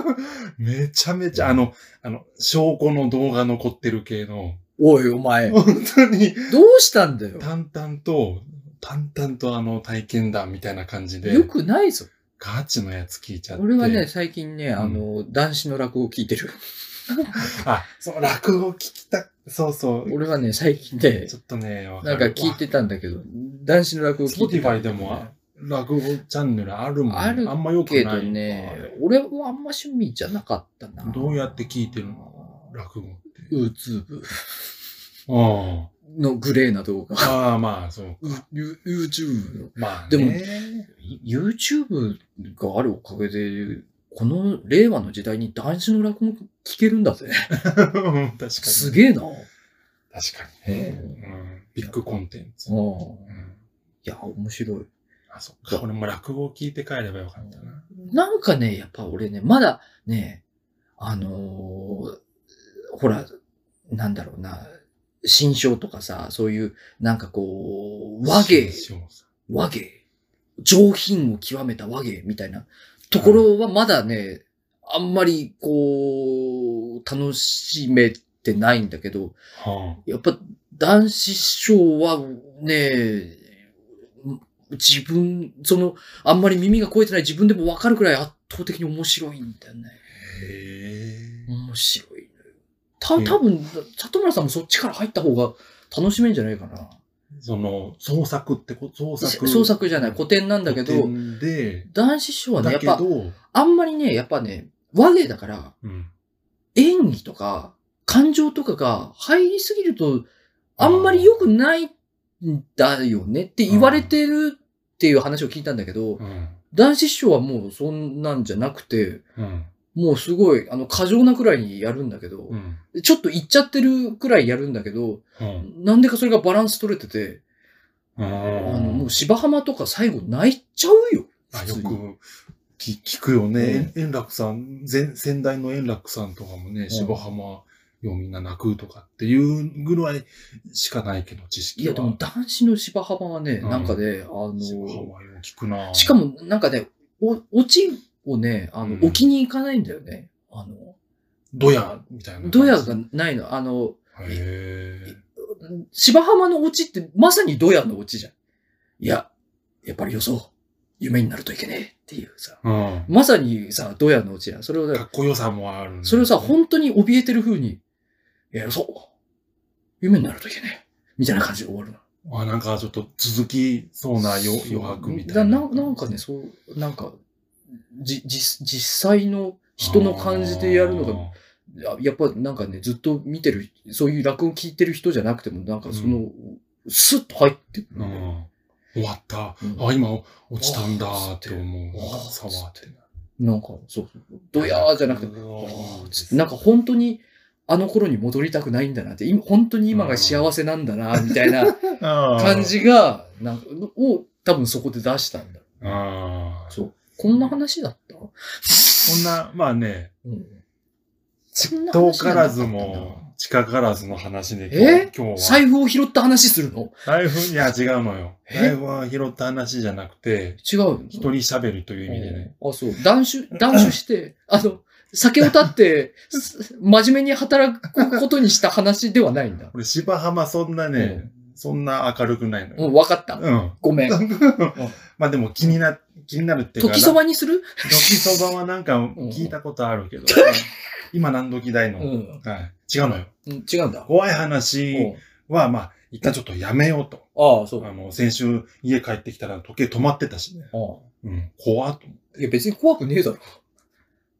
めちゃめちゃ、あの、あの、証拠の動画残ってる系の、
おいお前、ど
本当に、
うしたんだよ。
淡々と、淡々とあの体験談みたいな感じで
よ、くないぞ。
ガチのやつ聞いちゃって。
俺はね、、最近ね、あの、男子の落語を聞いてる。
あ、そう、落語聞きた、そうそう。
俺はね、最近ね
ち、ょっとね、わ
なん
る
か聞いてたんだけど、男子の落語
スポ
聞い
テ
て
ィフ
た
ァ
ん
イ
だ
で
けどね
も、あ落語チャンネルあるもん。
ある
あんまよく
け
な
ど
い。
ね、俺はあんま趣味じゃなかったな。
どうやって聞いてるの落語って。
うつぶ
あ
のグレーな (laughs) 動画。
あ。ああ、まあ、そう。
う、ゆ YouTube の。
まあ、ね、
でも YouTube があるおかげで、この令和の時代に男子の落語聞けるんだぜ。
確かに。
すげえな。
確かにね。
え
うんビッグコンテンツ。
う
うん
ん。いや、面白い。
あ、そっか。俺も落語を聞いて帰ればよかったな。
なんかね、やっぱ俺ね、まだね、あのーほら、なんだろうな、新章とかさ、そういう、なんかこう、和芸、
師匠さん
和芸、上品を極めた和芸みたいなところはまだね、あんまりこう、楽しめてないんだけど、
は
やっぱ男子師匠はね、自分、その、あんまり耳が超えてない自分でもわかるくらい圧倒的に面白いんだよね。
へえ。
面白いのよ。た、多分、里村さんもそっちから入った方が楽しめんじゃないかな。
その、創作ってこと、創作。
創作じゃない、古典なんだけど、
古典で、
男子師匠はね、や
だ
っ
け
ぱ、
ど、
あんまりね、やっぱね、和芸だから、
うん。
演技とか、感情とかが入りすぎると、あんまり良くないんだよねって言われてるっていう話を聞いたんだけど、
うん。
男子師匠はもうそんなんじゃなくて、
うん。
もうすごい、あの、過剰なくらいにやるんだけど
う、ん。
ちょっといっちゃってるくらいやるんだけど、
うん。
なんでかそれがバランス取れてて、
あ
あの、も
の
う芝浜とか最後泣いちゃうよ。
あ
普
よ
通に
くき聞くよね。円楽さん、前先代の円楽さんとかもね、芝浜よみんな泣くとかっていうぐらいしかないけど、知識は。
いや、でも男子の芝浜はね、
うん
なんかね、あ
芝浜
の、
よう聞くな
しか、もなんかね、お、オチをね、あの
う、ん
置きに行かないんだよね。あの、
ドヤみたいな感じ。
ドヤがないの。あの、
へ
芝浜のオチってまさにドヤのオチじゃん。いや、やっぱり予想、夢になるといけねえっていうさ。
え。
まさにさ、ドヤのオチやん。それを
う
ね
ん。かっこよさもあるんだよね。
それをさ、本当に怯えてる風に、やるぞ夢になるといけねえみたいな感じで終わるの。
あ、なんかちょっと続きそうな余余白みたいな。
だな。なんかね、そう、なんか、じ、じ、実際の人の感じでやるのが、ややっぱなんかね、ずっと見てる、そういう落語聞いてる人じゃなくても、なんかその、スッと入ってく
う
るね、
ん。終わった。
うん
あ、今落ちたんだって思う。
あー
触って。
なんか、そうそう、ドヤーじゃなくて、
う
あ
わ
ー
ー
つなんか本当に、あの頃に戻りたくないんだなって、今本当に今が幸せなんだな、みたいな感
感。
じが、なんか、を多分そこで出したんだ。
あー
そう。こんな話だった
こんな、まあね、
うん。
遠からずも近からずの話で
え
今日は。
財布を拾った話するの
財布いや違うのよ。
え
財布は拾った話じゃなくて、
違うよ。
一人喋りという意味でね。
あ、そう。断酒、断酒して、あの、酒を断って、 (laughs) す真面目に働くことにした話ではないんだ。
俺、芝浜そんなね、そんな明るくないの
うん、
よ。
わかった。
うん。
ごめん。
まあでも気にな、気になるっていうか。
時そばにする
時そばはなんか聞いたことあるけど、 (laughs) 今何時代
う
の、
ん。
はい。違うのよ。
うん違うんだ。
怖い話
うん
は、まあ、一旦ちょっとやめようと。
ああ、そう。
あ
あ
の、先週家帰ってきたら時計止まってたしね。
あ。
うん。怖っと思
いや、別に怖くねえだろ。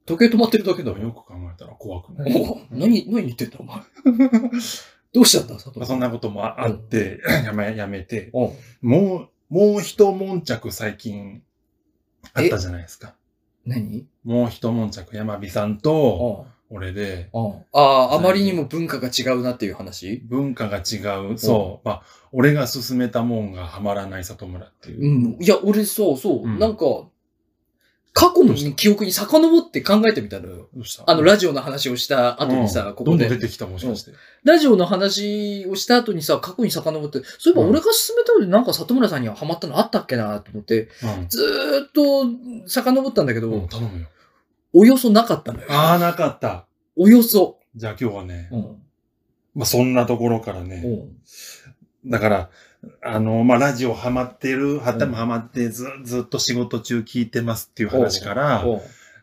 時計止まってるだけだ
っ
ろ
た。よく考えたら怖くない。
おう何、何言ってんだ、お前。 (laughs) どうしたんだ、佐藤
まあ、そんなこともああって、やめ、やめて、
うん。
もう、もう一悶着最近あったじゃないですか。
何
もう一悶着、山火さん
あ
と、
あ
俺で、
ああ、あまりにも文化が違うなっていう話
文化が違う。そう。まあ、俺が勧めたもんがハマらない里村っていうう。
ん。いや、俺そうそう。
うん
なんか、過去の記憶に遡って考えてみたのよ。
どうした
あの、ラ
ジ
ジオの話をした後にさ、こ
ど
こ
んどん
で
出。てきたもしかして。
ラジオの話をした後にさ、過去に遡って、そういえば
うん
俺が勧めたのになんか里村さんにはハマったのあったっけなと思って、ずーっと遡ったんだけど、
うん。うん頼むよ。
およそなかったのよ。
ああ、なかった。
およそ。
じゃあ今日はね、
うん。
まあそんなところからね、
うん。
だから、あの、まあ、ラジオハマってる、はた
うん
もハマってず、ずっと仕事中聞いてますっていう話から、
おう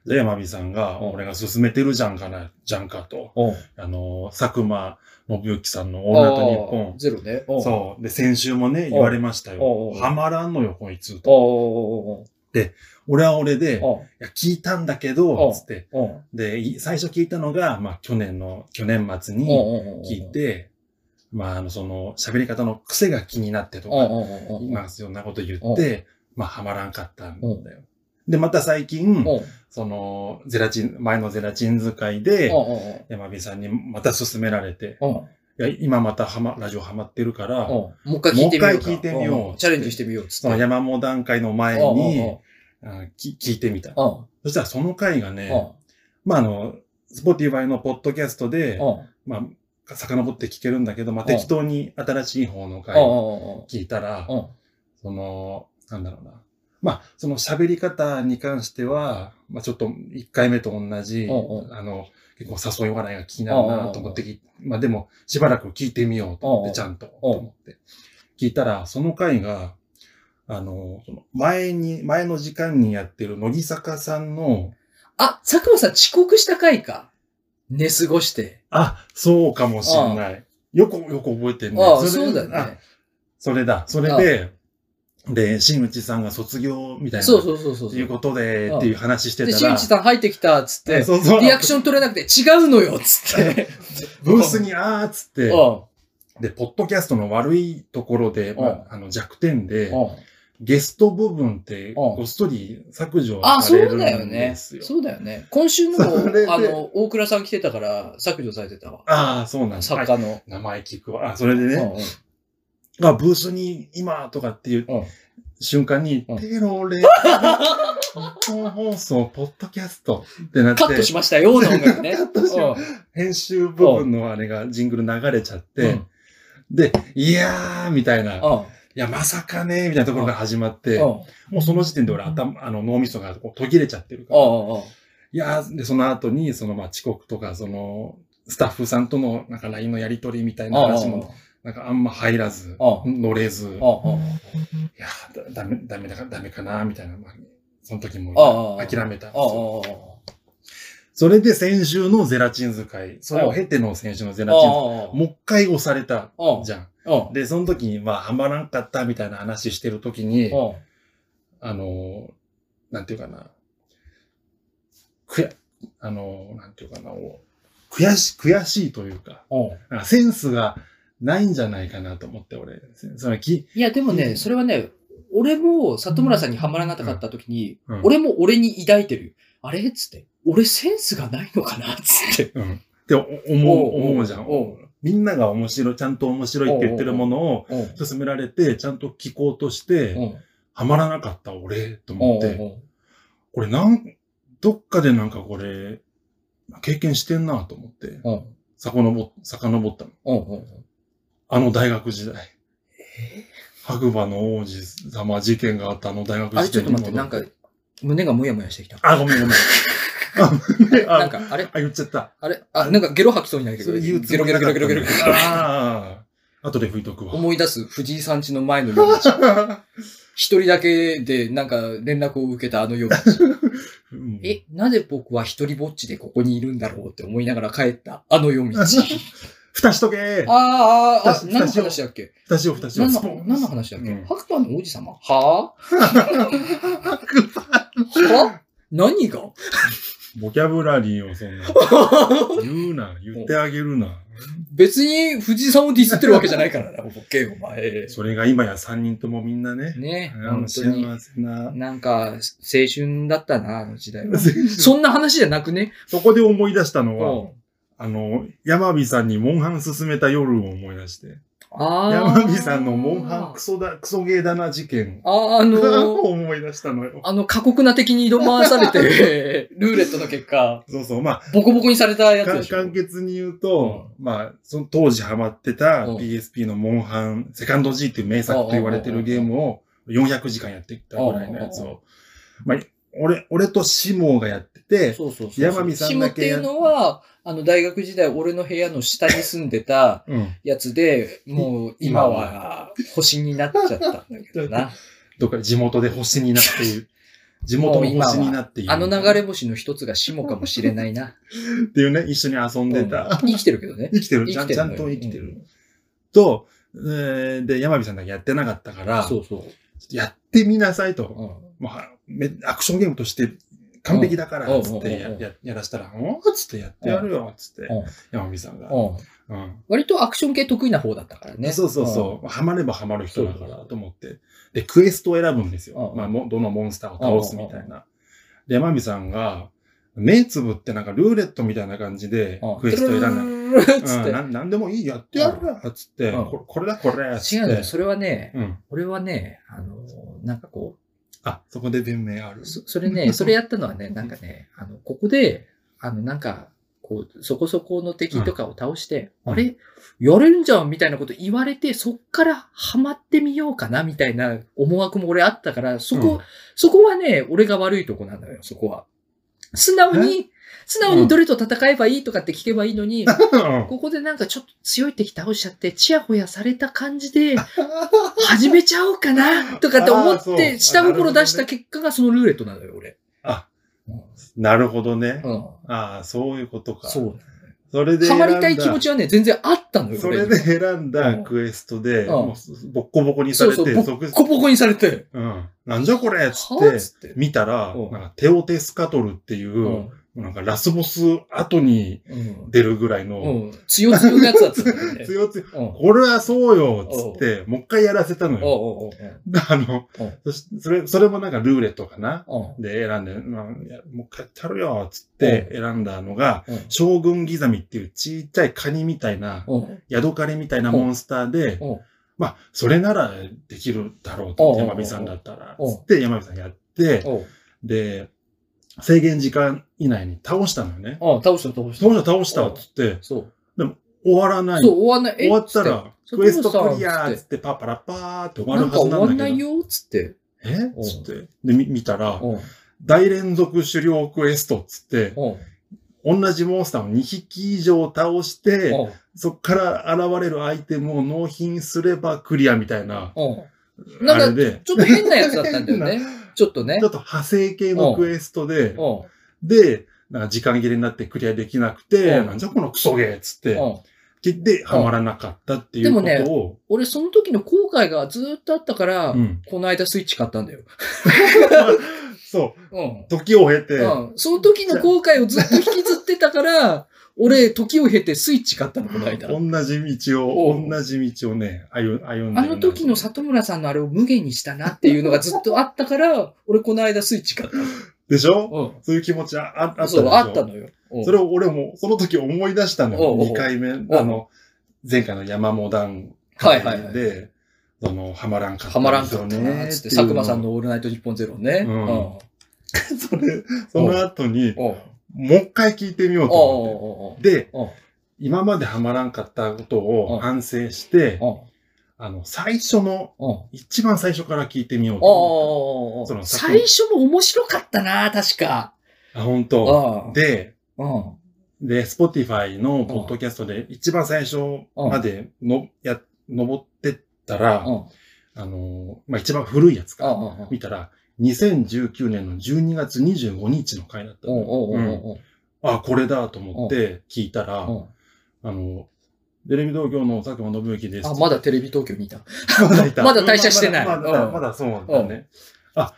で、山美さんが、
うん
俺が勧めてるじゃんかな、じゃんかと。
おう
あの、佐久間信之さんのオールナイト
あー
ニ
ゼロね。
ッ
お
ポン。
う
そう。で、先週もね、言われました
お
よ
う。おう
ハマらんのよ、こいつと。
おうおうおう
俺は俺で、
おう
いや、聞いたんだけ
お
ど、
う
つって。
おう
で、い最初聞いたのが、まあ、去年の、去年末に聞い
聞、
て、まあ、あの、その、喋り方の癖が気になってとか、
今、
今、そんなこと言って、まあ、はまらんかったんだよ。で、また最近、
おう
その、ゼラチン、前のゼラチン使いで、
おう
山火さんにまた勧められて、
おうおう
いや、今またはま、ラジオハマってるから、
おうもう一回聞
もう一回聞
いてみようか。
いてみようん
チャレンジしてみようっつって。
その山本段階の前
おう
に、あき聞いてみた。
おうおう
そしたらその回がね、
おう
まあ、あの、スポティファイのポッドキャストで、
おう
まあ、遡って聞けるんだけど、まあ、
うん
適当に新しい方の回
おうおうおう
聞いたら、
おう
その、なんだろうな。まあ、その喋り方に関しては、まあちょっと1回目と同じ、
うん
あの、結構誘い笑いが気になるなと思ってき、まあでも、しばらく聞いてみようと思っ
うん
て、ちゃんと、と思って。聞いたら、その回が、あの、その前に、前の時間にやってる乃木坂さんの、
あ、佐久間さん遅刻した回か。寝過ごして。
あ、そうかもしれない。よく、よく覚えてる
ああ、
れ
そうだよ
あ
ね。
それだ。それで、で、新内さんが卒業みたいな。
そうそうそうそう
という
そ
ことで
うん、
っていう話して
う。で、
た
新
ら、
内さん入ってきたっつって、
そうそう
リアクション取れなくて、違うのよっつって。
ブースにあーっつっ
うん
て、
う
で、ポッドキャストの悪いところで、まああの弱点で、
ん。
ゲスト部分って
ん
ごっそり削除
あ、
さ
そ
れ
う
るん
だよ
で
ね。
すよ。
そうだよね。今週のも
それで
あの、大倉さん来てたから削除されてたわ。
ああ、そうなんです。は
作
い
家の。
名前聞くわ。あ、それで
うん
ね、あ、ブースに今とかっていう
うん
瞬間に、
うん
テロレ、日本放送、ポッドキャストってなっ、
カットしてましたよ、の音楽ね。
カットしま編集部分のあれがジングル流れちゃって、で、いやーみたいな、い
うんうん
や、まさかねーみたいなところが始まって、
うん
もうその時点で俺頭、あの脳みそがこう途切れちゃってるから。い
うんうん
やーで、その後に、そのまあ遅刻とか、その、スタッフさんとのなんか LINE のやりとりみたいな話も、なんかあんま入らず、
ああ
乗れず、い
うんうんうん
やーだ、だめ、だめだか、ダメかな、みたいな、まあその時
あ
も
あああ
諦めたんです
あああ
よ。
あ
それで先週のゼラチン使い、それを経ての先週のゼラチン使い、
あ
もう一回押された
ああ
じゃん。
ああ
で、その時に、まあ、ハマらんかったみたいな話してる時に、
あ
あの、なんていうかな。くや、あの、なんていうかな。お悔し、悔しいというか、
あ
なんかセンスがないんじゃないかなと思って、俺。せそのき、
いや、でも
う
ね、
ん
それはね、俺も里村さんにはまらなかった時に、
うん
俺も俺に抱いてるよ。あれっつって、俺センスがないのかなっつって。
うん。ってお思
おうおう
う、思うじゃん
おう。
みんなが面白い、ちゃんと面白いって言ってるものを
うん
勧められて、ちゃんと聞こうとして、ハマらなかった俺、と思って、これなん、どっかでなんかこれ、経験してんなと思って、遡、遡ったの。あの大学時代。白馬の王子様事件があったあの大学
あれ
時
ちょ
代
っと待って、なんか、胸がもやもやしてきた。
あ、ごめんごめん。あ、ね
なん
(laughs) あ、
か、あれ
あ言っちゃった。
あれあ、なんかゲロ吐きそうになるけ
そ
ど、
れ
ゲ
言う
ロ
つ
ゲ
もり
ロゲロ
な
ゲ
か
ロ
った
ゲロゲロゲロ。
ああ。後で拭いとくわ。
思い出す藤井さん家の前の夜道。一人だけでなんか連絡を受けたあの夜
(laughs)
道。
うん
え、なぜ僕は一人ぼっちでここにいるんだろうって思いながら帰ったあの
(laughs)
夜道。
蓋しとけ
あーあー、あ、
私
何の話だっけ
蓋しよう蓋しよう。
何
ス
の
ポン
何の話だっけ、
うん
白馬の王子様はぁは何が (laughs)
ボキャブラリーをそんな。言うな。言ってあげるな。
別に藤井さんをディスってるわけじゃないからな、ボケお前。
それが今や3人ともみんなね。
ね
あ
本
の
当
幸
に。
せな。
なんか、青春だったな、あの時代
(laughs)
は。そんな話じゃなくね。
そこで思い出したのは、
うん
あの、山火さんにモンハン勧めた夜を思い出して。
あー
山火さんのモンハンクソだ、クソゲーだな事件
あー、あの
を
ー、
(laughs) 思い出したのよ。
あの、過酷な敵に挑まされ
(laughs)
て、ルーレットの結果、
そうそう。ま
ボコボコにされた
あ、
やつ
か
でしょ。
簡潔に言うと、まあ、その当時ハマってた
うん
PSP のモンハン、セカンド G っていう名作と言われてるゲームを400時間やってきたぐらいのやつ
うん
を。まあ、俺、俺とシモーがやってて、
そうそうそう。
山見さんだけ
シムっていうのは、あの、大学時代、俺の部屋の下に住んでた
うん。
やつで、もう、今は、星になっちゃったんだ
(laughs)
けどな。
どっか地元で星になっている。地元の星になっている。
あの流れ星の一つがシモかもしれないな。
っていうね、一緒に遊んでた。
うん生きてるけ
(laughs)
どね。
生きてる。ちゃん
生きてる
ちゃ
の
ん
よ
と生きてる。と、えーで、山火さんがやってなかったから、
そうそう。
やってみなさいと。
うん
まあ、めアクションゲームとして完璧だか
う
ら、
ん
つってや
うん
ややらしたら、おーっつってやってやるよ、つって
うん、
山火さんが。
うん
うん
割とアクション系得意な方だったからね。
そうそうそう。ハマればハマる人だからと思って。で、クエストを選ぶんですよ
う。ん
まあ、もどのモンスターを倒すみたいな。で、山火さんが、目つぶってなんかルーレットみたいな感じで
うん。、
クエスト選んだ。
んだ。 (laughs) つっ
うん
て。
なん、なんでもいい、やってやるわっつって、
うん
これこれだ、これ、つ
違
っ
う
て。
のよ。それはね、
うん。
俺はね、あの、なんかこ
あ、そ
(laughs)
こで弁明ある
う、。そそれね、それやったのはね、なんかね、あの、ここで、あの、なんか、こう、そこそこの敵とかを倒して、あれやれるんじゃんみたいなこと言われて、そっからハマってみようかなみたいな思惑も俺あったから、そこ、そこはね、俺が悪いとこなんだよ、そこは。素直に、素直にどれと戦えばいいとかって聞けばいいのに、ここでなんかちょっと強い敵倒しちゃって、チヤホヤされた感じで、始めちゃおうかなとかって思
あーそ
っ
う
て、下心出した結果がそのルーレットなのよ、俺。
なるほどね。
うん。
ああ、そういうことか。
そう。
それで選
ハ
ん
マ
だ。
りたい気持ちはね、全然あったのよ、
そ
俺
れ
に
で。選んだクエストで、
うん
もうボッコボコにされ
そう
て、
そう
即
コポコにされて、
うん。なんじゃこれっつっ
は
て
っ、つって。
見たら、
うん
なんかテオテスカトルっていうう、
ん。
なんかラスボス後に
うん。
出るぐらいうの、
ん。強強なやつだったんだよね。
強強い、
うん。
これはそうよっつって、もう一回やらせたのよ。
おうおうおう
であの
うん、
そしそれ、それもなんかルーレットかな。
おう
で、選んで、まあ、いやもう一回やってやるよっつって選んだのが、
うん。
将軍ギザミっていうちっちゃいカニみたいな、
うん。うん。
ヤドカリみたいなモンスターで、
うん
まあ、それならできるだろう
うん
と、山火さんだったら、
うん
つって山火さんやって、
おう
で、制限時間以内に倒したのよね。
おう倒した倒した
倒。した倒したっつって、
そう。
終わらない。
そう、終わんない。え
終わった、ら、
つって
クエストクリア
佐藤さん
ーっつって、パッパラッパーって終わ
な
る
ん
はず
か終わ
なん
ん
だ
な
け
い
ど。
よ、つって。
えっつって。で、み見たら、
うん。
大連続狩猟クエストっつって、
うん。
同じモンスターを2匹以上倒して、
うん
そっから現れるアイテムを納品すればクリアみたいな、
うん。
あ
な
れ
んか、
で、
ちょっと変なやつだったんだよ
(laughs)
ね。ちょっとね
ちょ。っと派生系のクエストで、
うん。
で、なんか時間切れになってクリアできなくて、
うん
なんじゃこのクソゲーっつって、
うん。
で、ハマらなかったっていう
でも
こ
ね
とを、
俺、その時の後悔がずーっとあったから、
うん
この間スイッチ買ったんだよ。
(laughs) そう
うん。
時を経て、
うん。その時の後悔をずっと引きずってたから、俺、時を経てスイッチ買ったの、この間。
同じ道
う
を、
ん
同じ道をね、歩歩んで
あ
る
の時の
さ
里村さんのあれを無限にしたなっていうのがずっとあったから、俺、この間スイッチ買った。
でしょ
う
そういう気持ちあああったで
ん。
しょ
そう、あったのよ。うん
それを俺も、その時思い出したの
お
よ。
うおう
2回目、あの、前回の山モダン
はいはいはい
で、その、ハマらんかった
はまらんかったな、つって、佐久間さん。のオールナイト日本ゼロね。
うん
うん。
ですよねっていうのを (laughs) それ、その後に、
おう
もう一回聞いてみようと思って。
おうおうお
で
うおう、
今までハマらんかったこと
お
を
う
反省して、
おう
あの、最初の、
おう
一番最初から聞いてみようと思っ
おーおーおー
その
最初も面白かったな、確か。
て。あ、本
う
当。
ん。
で、
うん。
で、Spotify のポッドキャストで一番最初までの、や、登ってったら、
うん。
あの、まあ、一番古いやつ
うん。
か、見たら、2019年の12月25日の回だったのよ
うん。うん。
うんあ、これだと思って聞いたら、
うん。
あの、テレビ東京の佐久間信之です。
あ、まだテレビ東京にいた。
まだいた
まだ退社してない
まだまだ
うん
まだそうなんだね。あ、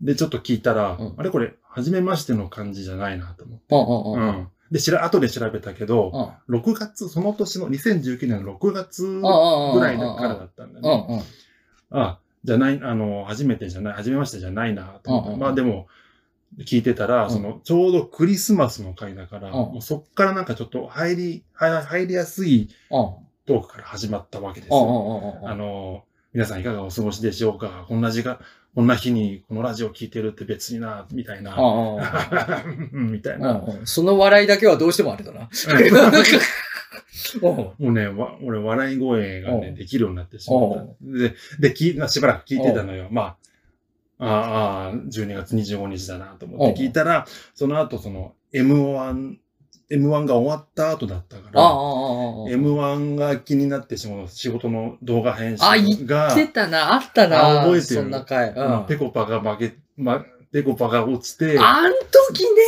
で、ちょっと聞いたら
うん、
あれこれ、初めましての感じじゃないなと思って。
うん。うん。うん。
うん。で、しら、後で調べたけど、
うん。
6月、その年の2019年の6月ぐ
うん。
らいだからだったんだ
う
ね。
ん。うん。
あ、じゃない、あの、初めてじゃない、初めましてじゃないなと思って
うんうん
まあでも、聞いてたら、
ん
その、ちょうどクリスマスの回だから、
ん
もうそっからなんかちょっと入り、は入りやすい
うん。
トークから始まったわけです
う
よ。
ん。うん。
あの、皆さんいかがお過ごしでしょうかこんな時間、こんな日にこのラジオ聞いてるって別にな、みたいな。うん (laughs) みたいな。
うん。その笑いだけはどうしてもあれだな。うん。
もうね、わ俺、笑い声が
う
ね、
ん
できるようになってしまった。で、で、きなしばらく聞いてたのよ。まあ、ああ、12月25日だなと思って聞いたら、その後、その M1、M1 が終わった後だったか
ああ、あ
ら、M1 が気になってしまう仕事の動画編集
あ言あ。
が、
出たな、あったな。そんな回。うん。
まあ
あ
ペコパが負け、ま、ペコパが落ちて、
ん時ね。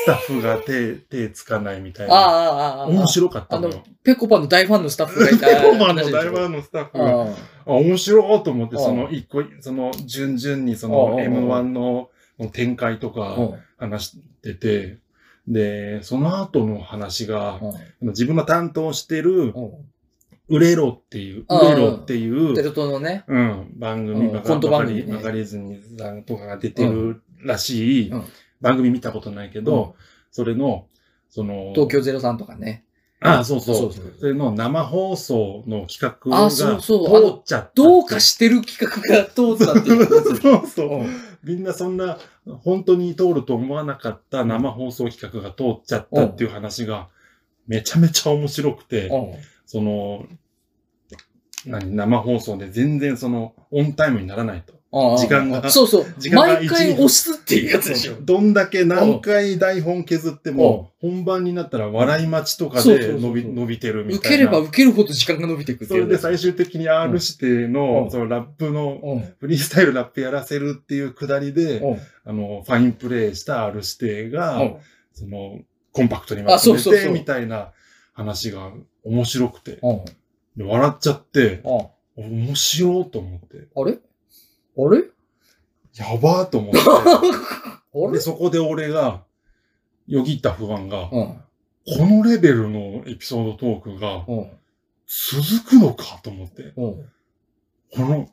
スタッフが手、手つかないみたい
ああ、
な。
ああ。
面白かったのよ。
ペコパの大ファンのスタッフがいた。
(laughs) ペコパの台湾のスタッフが、
うん。
あ、面白いと思って、
うん
その一個、その順々にそ
うん
の
うんうん
M1 の展開と
う
か
ん。
話してて、で、その後の話が、
うん。
自分の担当してる、
うん。
売れろっていう、
うん
売れろってい
テ
う、
ロトのね。
うん、番組、
うん
バカ
コント
バカ
番
リ
組ね
バカリズムさんとかが出てるらしい
うん
番組見たことないけど、それの、その、
東京ゼロさんとかね。
あそうそう。
そう
それの生放送の企画
あ
が
そう
通
そうあの
っちゃったってい。
どうかしてる企画が通ったっていうことですよ。
(laughs) そうそう。
うん
みんなそんな、本当に通ると思わなかった生放送企画が通っちゃったっていう話が、めちゃめちゃ面白くて、
うん。
その、何、生放送で全然その、オンタイムにならないと。
ああ
時間が
そうそう
時。間が
毎回
一日
押すっていうやつでしょ。
どんだけ何回台本削っても、本番になったら笑い待ちとか
そうそうそ
で
うそう
伸び、伸びてるみ
受
たい
けれ
な。
ば受けるほど時間が伸びていくって
そ
い
れ
うね。
で最終的に R 指定
う
の
ん、
そのラップの、
うん。
フリースタイルラップやらせるっていうくだりで、
うん
あの、ファインプレイした R 指定
う
が
ん、
その、コンパクトに
あ
ま
そ
と
う
め
そうそ
て、
う
みたいな話が面白くて、
うん。
で笑っちゃって、
あ
面白いと思って、
あれあれ
やばーと思って、
あ
で、
れ
そこで俺が、よぎった不安が、
うん。
このレベルのエピソードトークが
うん。
続くのかと思って、
うん。
この、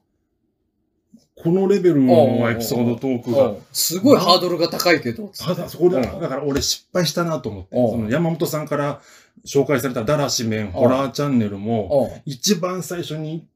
このレベルのエピソードトークが、
うんすごいハードルが高いけど。
ただそこで、
うん
だから俺失敗したなと思って、
うん
その山本さんから紹介されただらしめんホラーチャンネルも、
うん
一番最初に、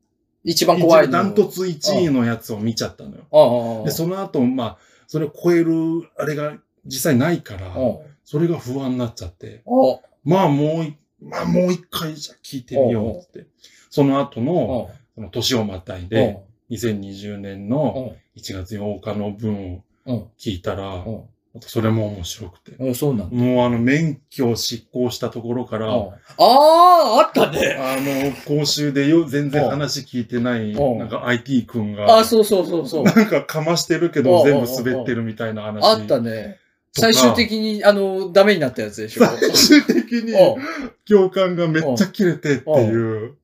一番怖いの。
ダントツ1位のやつを見ちゃったのよ。
うんうん。
で、その後、まあ、それを超える、あれが実際ないから、
う
それが不安になっちゃって、
ん。うん。
まあもうい、まあもう一回じゃ聞いてみようってって、その後の、その年をまたいで、2020年の1月8日の分を
うん。うん。
聞いたら
う、ん。
それも面白くて。
うん。そうなんだ。
もうあの、免許を執行したところから、あ
ああー、あったね。
の、講習でよ全然
うん
話聞いてない、
うん
なんか IT 君が、
あそうそうそうそう。
なんかかましてるけ
う
ど全
ん
部滑ってるみたいな話。
あったね。
と
最
か
終的に、あの、ダメになったやつでしょ。
最終的に
うん
教官がめっちゃ切れてっていう、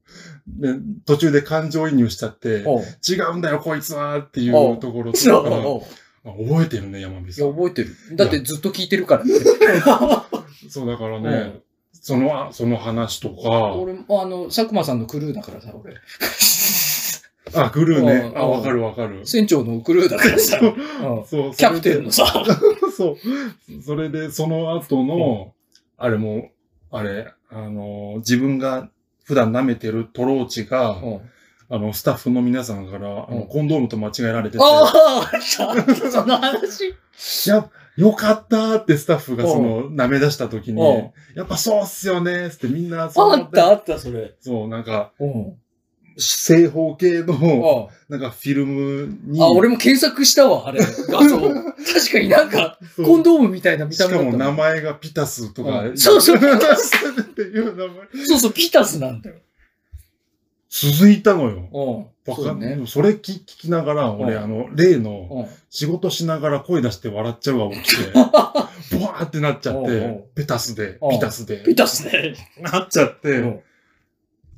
で途中で感情移入しちゃって、
うん
違うんだよこいつはっていううんところと
(laughs) そう。
か
うん
ら、あ覚えてるね、山美
い
さ
や、
ん。
覚えてる。だってずっと聞いてるからね。
そうだから
う
ね
ん、
その、あその話とか、
俺も、あの、佐久間さんのクルーだからさ、俺。
あ、グルーね
う。ん
あ、
うん
わかるわかる。
船長のクルーだからさ。
そう
うん
そう、
キャプテンのさ。
(laughs) そう。それで、その後の、あれも、あれ、あの、自分が普段舐めてるトローチが、
うん
あの、スタッフの皆さんから、あ
うん
のコンドームと間違えられてて、
ああその話。
いや、よかったーってスタッフが
うん
その、舐め出した時に
うん、
やっぱそうっすよねーっつってみんな、そう
あ
思
ったあった、それ。
そう、なんか、
うん。
正方形の、
あ
なんかフィルムに、
あ、俺も検索したわ、あれ。画 (laughs) 像。確かになんか、
そう
コンドームみたいな見
した
目
か
だっ
も
た
名
もん。
前がピタスとか、
うんそうそう
ピタスっていう名前。
そうそう、ピタスなんだよ。
(laughs) 続いたのよ。
うん。
わ
そ
か
うんね。
ね。それ聞聞きながら、俺、
うん
あの、例の、
うん。
仕事しながら声出して笑っちゃうが起き
(laughs)
て、ボワーってなっちゃっ
うんうん
て、ペタスで
う、ん
ピタスで、
ピタスね。
なっちゃっ
う
て、
ん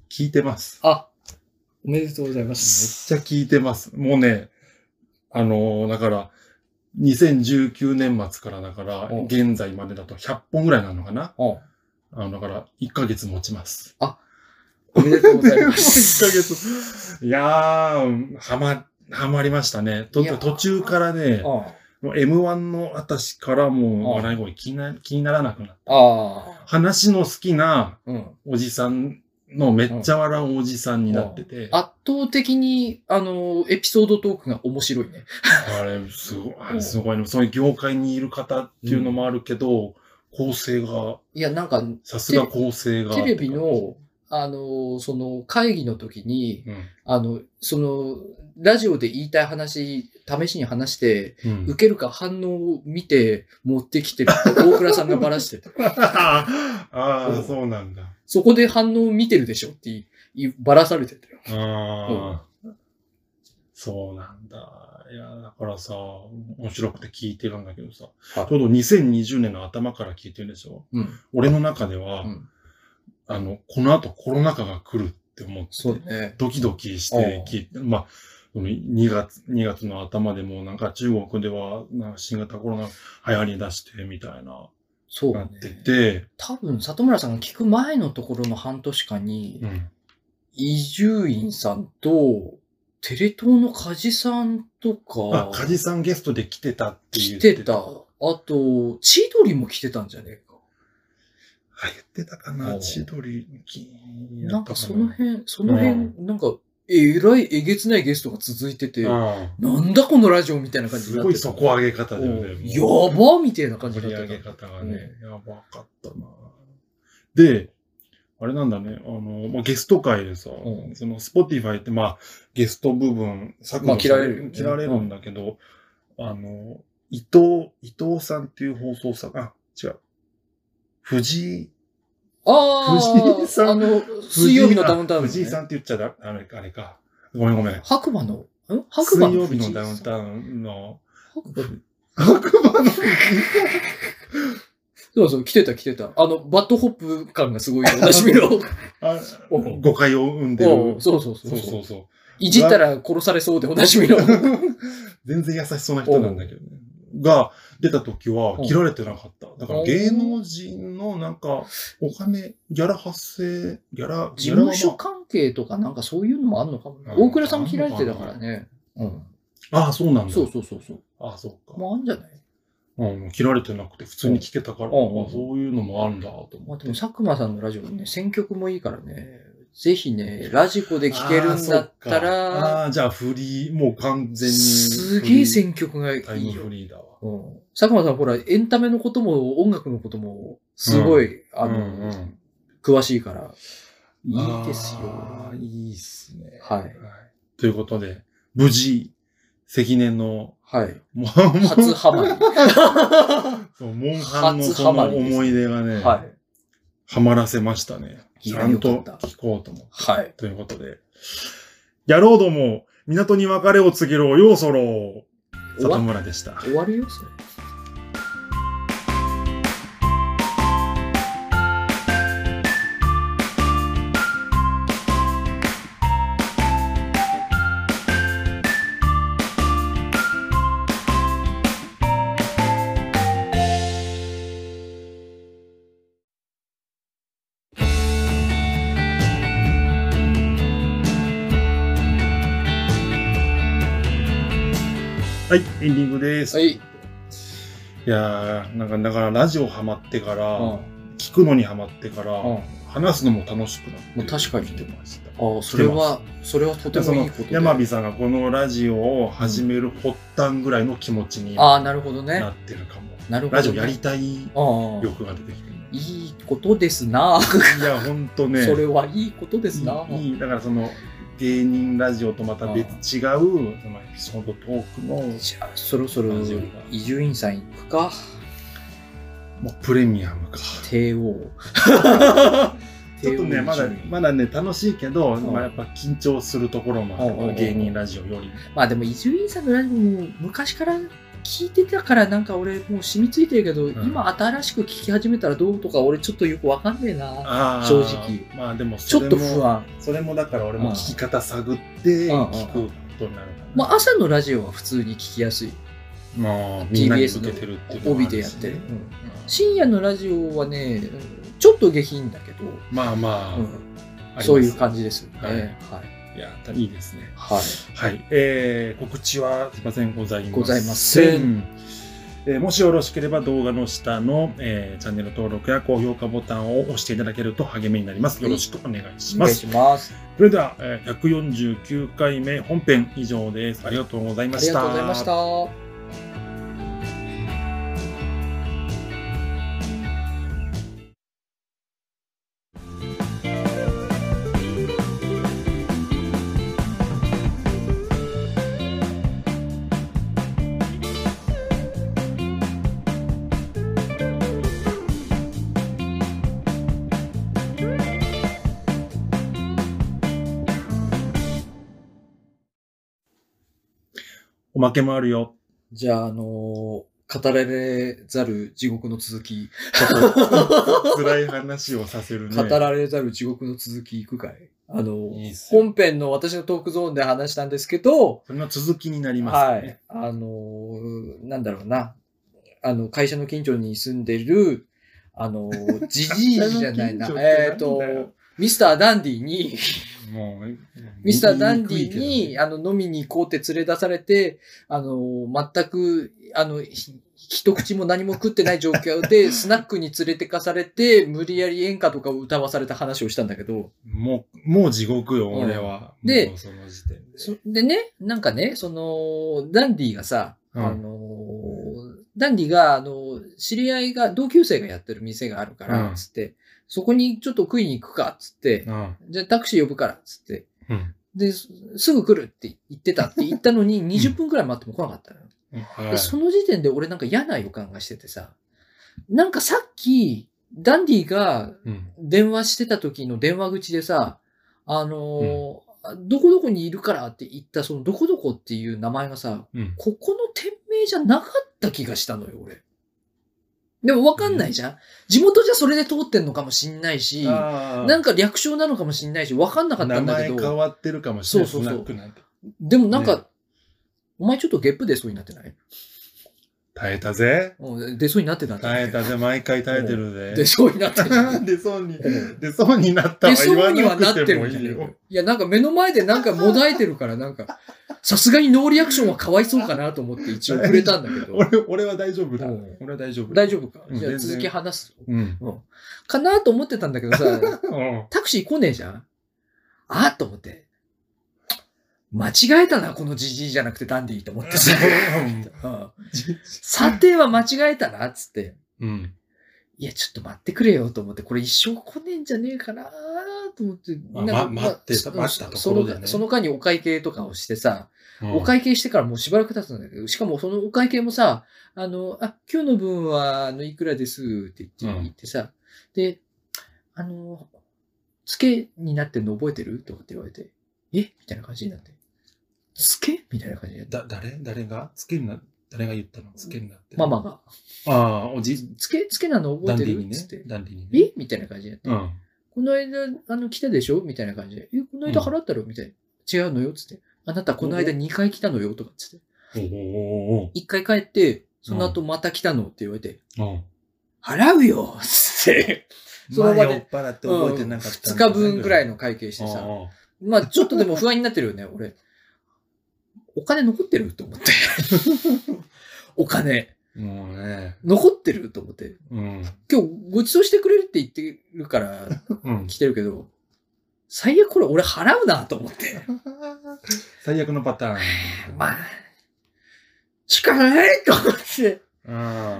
聞いてます。
あ、おめでとうございま
めっ
す。
ちゃ聞いてます。もうね、あのーだから、2019年末からだから
うん、
現在までだと100本ぐらいなのかな
うん
あの、だから、1ヶ月持ちます。
おめでとうございま
(laughs) 1ヶ (laughs)
す。
月。いやー、はま、はまりましたね。と
いやー
途中からね、
うんあ
もう M1 の私からもう
うん
笑い声気にな気にならなくなった。
あ。
話の好きな
うん。
おじさんのめっちゃ笑うおじさんになってて、あ
圧倒的に、あの、エピソードトークが面白いね。
れすごい、あれすごいね。そういう業界にいる方っていうのもあるけど、構成が、
いや、なんか、
さすが構成が。
テレビの、あの、その、会議の時に、
うん、
あの、その、ラジオで言いたい話、試しに話して、
うん。
受けるか反応を見て持ってきてるって大倉さんがばらしてた。
(laughs) あ
う
あ
ん、
そうなんだ。
そこで反応を見てるでしょっていいばらされてたよ。
ああ、そうなんだ。いや、だからさ、面白くて聞いてるんだけどさ、
はい
ちょうど2020年の頭から聞いてるでしょ
うん。
俺の中では、
うん
あの、この後コロナ禍が来るって思って、
そうだね。
ドキドキして聞いて、まあ、その2月、2月の頭でもなんか中国ではなんか新型コロナ流行り出してみたいな、
そう
な
だ
って
ね。
て、
多分、里村さんが聞く前のところの半年間に
う、ん。
伊集院さんと、テレ東の梶さんと
あ
か、、
カジさんゲストで来てたって言
来
って
てた。あと、千鳥も来てたんじゃねえか。
あ、言ってたか
お
な
う
千鳥き
なんかその辺、その辺、なんか、えらいえげつないゲストが続いてて、
う。
なんだこのラジオみたいなん感じに
す
なっ
ご
て
い
た
底上げ方だよね。
やばみたいな感じ
盛り
になっ
上
て
げ
た。
方がね、やばかったな。で、あれなんだね、あの、まあ、ゲスト会でさ、
う
その、スポティファイって、まあ、ゲスト部分、削
まあ
除さ
切られるよね
切られるんだけど、あの、伊藤、伊藤さんっていう放送作家、あ、違う。藤井、
ああ、
藤井さん
あの、水曜日のダウンタウン、ね。
藤井さんって言っちゃだ、あれあれか。ごめんごめん。
白馬の、ん白
水
馬
曜日のダウンタウン
(laughs)
の、白馬の、
そうそう、来てた来てた。あの、バッドホップ感がす
(laughs)
ごいよ。おなじみの。
あ
おう
誤解を生んでる。
そうそう
そ
そうそうう
そうそう。
いじったら殺されそうでおなじ
(laughs)
みの。
全然優しそうな人なんだけどね。が出た時は切られてなかった。だから芸能人のなんかお金、ギャラ発生、ギャラ、
事務所
ギャラは
関係とかなんかそういうのもあるのかもね。
うん
大倉さんも切られてたからね。うん。
まあああ、そうなんだ。
そうそうそうそう。
ああ、そうか。
まああるんじゃない
うん、切られてなくて普通に聞けたから、
うんうん
あそういうのもあるんだと
ま
思
あ
っ
で
て。
も佐久間さんのラジオね、選曲もいいからね。ぜひね、ラジコで聴けるんだった、
ああそっからああ、じゃあフリー、もう完全に。
すげえ選曲がい
タイム
いよ
フ。リーだわ。
うん佐久間さんほら、エンタメのことも音楽のことも、すごい、あの、
うんうん
詳しいから、いいですよ。
ああいいっすね。
はい。
ということで、無事、積年の、
はい。
もう
初ハマり。
そう、モンハンの
初
その
ハマりですね
思い出 (laughs) がね、
は。
はいまらせましたね。
い
ち
や
ゃんと
よかった
聞こうと思って。
はい。
ということで、やろうども、港に別れを告げろ、ようそろう、
終わ
里
っ
村でした。
終わるよ、それ。
はい、エンディングです。
はい。
いやー、なんか、だからラジオハマってから、
うん。
聞くのにハマってから、
うん。あ
話すのも楽しくなって、
もう確かに
来てました。
あ、それは、それはとて
でそ
もい
の
いことで。
山火さんがこのラジオを始める発端ぐらいの気持ちに
あ
な
あ、なるほどね。
ってるかも。
なるほど
ラ
ね。
ジオやりたい
ああ。
欲が出てきてね。
いいことですな。
いや、ほんとね。
それはいいことですな。
いいいいだからその芸人ラジオとまた別違うそのエピソードトークの
じゃあ、そろそろ
ラジオが
伊集院さん行くか。
もうプレミアムか (laughs)
帝王。
ちょっとねまだまだね楽しいけど、
ん
まあ、やっぱ緊張するところもある
うんうんうん
芸人ラジオより
まあでも伊集院さんのラジオも昔から聞いてたからなんか俺もう染みついてるけど、
ん
今新しく聞き始めたらどうとか俺ちょっとよくわかんねえな。
あー
正直
まあでも
ち
そ
ょ
れ
っ
も
と不安。
それもだから俺も聞き方探って
うん
聞くことになるから、
まあ朝のラジオは普通に聞きやすい。
まあ、みんなに
TBS
向けてるっていう
の
のもあ
帯
るし
でやってる。う
う
ん
ん
深夜のラジオはね、うんちょっと下品だけど、
まあまあ、
うん
あります
そういう感じですよ
はい
ね。はい。
いやいいですね
はい。
はい、えー告知はすいませんございません。
ございません
えーもしよろしければ動画の下の、えーチャンネル登録や高評価ボタンを押していただけると励みになります。よろしくお願いし
お
ま
願い
す。
します。
それでは、えー149回目本編以上です。ありがとうござい
あ
ま
り
し
が
た。
とうございました。
おまけもあるよ。
じゃあ、あのー語られざる地獄の続き、
ちょっと辛い話をさせるね。
語られざる地獄の続きいくかいあのー
いいっすよ
本編の私のトークゾーンで話したんですけど、
それの続きになりま
は
すね。
い。あのーなんだろうな。あの、会社の近所に住んでる、あの
(laughs)
ー、じじいじゃない
会社の近所ってな
な。
んだよ
えっと、ミスターダンデ
(laughs)
ィに、
もう
ミスターダンディ
言いに
に、
くいけどね
あの、飲みに行こうって連れ出されて、あの、全く、あの、ひ一口も何も食ってない状況
(laughs)
で、スナックに連れてかされて、無理やり演歌とかを歌わされた話をしたんだけど、
もう、もう地獄よ、
うん
俺は。
で
もうその時点で。
そでね、なんかね、その、ダンディがさ、
うん
あの、ダンディが、あの、知り合いが、同級生がやってる店があるから、
うん
つって、そこにちょっと食いに行くか、つって、
うん。
じゃあタクシー呼ぶから、つって。
うん
で、すすぐ来るって言ってたって言っ
(laughs)
たのに、20分くらい待っても来なかったのよ。
は
でその時点で俺なんか嫌な予感がしててさ、なんかさっき、ダンディが
い。うん。
電話してた時の電話口でさ、あのーどこどこにいるからって言った、そのどこどこっていう名前がさ、
うん。
ここの店名じゃなかった気がしたのよ、俺。でもわかんないじゃん、地元じゃそれで通ってんのかもしんないし、
あー
なんか略称なのかもしんないし、わかんなかった
名
んだ
前
けど。
変わってるかもしれない。
そうそうそう
スナックなんて
でもなんか、
ね
お前ちょっとゲップ出そうになってない
耐えたぜ。
うん出そうになってたんじゃない
耐えたぜ。毎回耐えてるぜ。
出そうになってた。
出そうに
うん、
出そうになった
出
は
そ
言
う
わ
にはな
な
って
くても
るん
い
じゃ
い
ない
よ。
いや、なんか目の前でなんかもだえてるから、なんか、さすがにノーリアクションはかわいそうかなと思って一応触れたんだけど。
俺、俺は大丈夫だ
うん。
俺は大丈夫だ。
大丈夫か
うん
じゃあ
全然
続き話す。
うん。
かなと思ってたんだけど (laughs) さ、
うん
タクシー来ねえじゃんあーと思って。間違えたな、このじじいじゃなくてダンディと思って (laughs) さ。うん査定は間違えたな、つって。
うん。
いや、ちょっと待ってくれよと思って、これ一生来ねえんじゃねえかなと思って。
まあ
なんか
ま待ってた
まあ
待ったと
そ
ころでね
そのその間にお会計とかをしてさ、
うん
お会計してからもうしばらく経つんだけど、しかもそのお会計もさ、あの、あ、今日の分は、あの、いくらですって言っ
う
て
ん
言ってさ、で、あの、付けになってるの覚えてるとかって言われて、えみたいな感じになって。付けみたいな感じになって。
だ、誰誰がつけんな、誰が言ったのつけんなって。
ママが、
ああ、おじ、
付け、付けなの覚
ダ
え
ン
て
ディ
る
に
っ
ね
つって。。
ダンディにね。
えみたいな感じになって。
うん。
この間、あの、来たでしょみたいな感じで。え、この間払ったろみたいな。違うのよつって。あなた、この間
お
2回来たのよとかつって。
おーおー
1回帰って、その後また来たのって言われて、
おーおー
払うよつって。その場で
まあ酔っ払って覚えてなかった
2
んだ
日
ね。
分ぐらい
の
の会計してさ。
おーおー
まあ、ちょっとでも (laughs) 不安になってるよね、俺。お金残ってると思って。 (laughs) お金、
もうね。
残ってると思って。
うん。
今日ごちそうしてくれるって言ってるから
うん。
来てるけど、最悪これ俺払うなと思って。
最悪のパターン。
まあ、しかないと思って。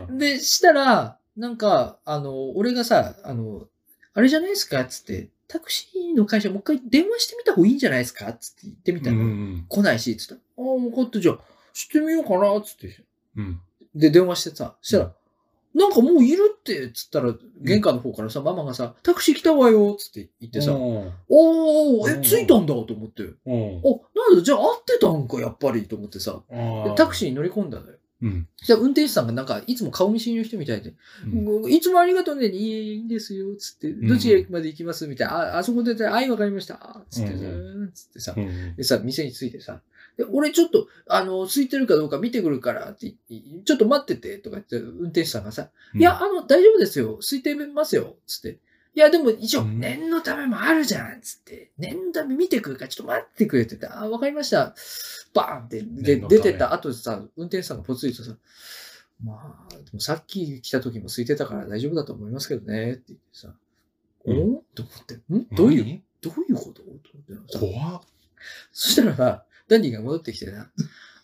うん。
で、したら、なんか、あの、俺がさ、あの、あれじゃないですかっつって、タクシーの会社もう一回電話してみた方がいいんじゃないですかっつって言ってみた
う
ら、
ん。
来ないし、つって、ああ、分かった、じゃあ、してみようかな、つって。
うん。
で、電話してさ、したら、なんかもういるって、つったら、玄関の方からさ、ママがさ、タクシー来たわよ、つって言ってさ、
おー
おー、
う
え、
ん
着いたんだ、と思って。
おー
あ、なんだ、じゃあ合ってたんか、やっぱり、と思ってさ。
あ
でタクシーに乗り込んだのよ。
ー。うん。
そしたら運転手さんがなんか、いつも顔見知りの人みたいで、いつもありがとうね、いいえいいんですよ、つって、
ん
どちらまで行きますみたいな、あ、あそこで、はい、わかりました、あつって、
う
うんーん、つってさ
う、ん。
でさ、店に着いてさ、で俺ちょっと、あの、空いてるかどうか見てくるからって言って、ちょっと待ってて、とか言って、運転手さんがさ、いや、あの、大丈夫ですよ。空いてますよ。つって。いや、でも一応、
うん
念のためもあるじゃん。つって。念のため見てくるから、ちょっと待ってくれって言って。あ、わかりました。バーンって、で、
念のため
出てった後でさ、運転手さんがポツリとさ、まあ、でもさっき来た時も空いてたから大丈夫だと思いますけどね。って言ってさ、
うん
おと思って、ん
うん、
どういう、どういうことと思ってさ
怖っ。
そしたらさ、ダンディが戻ってきてな、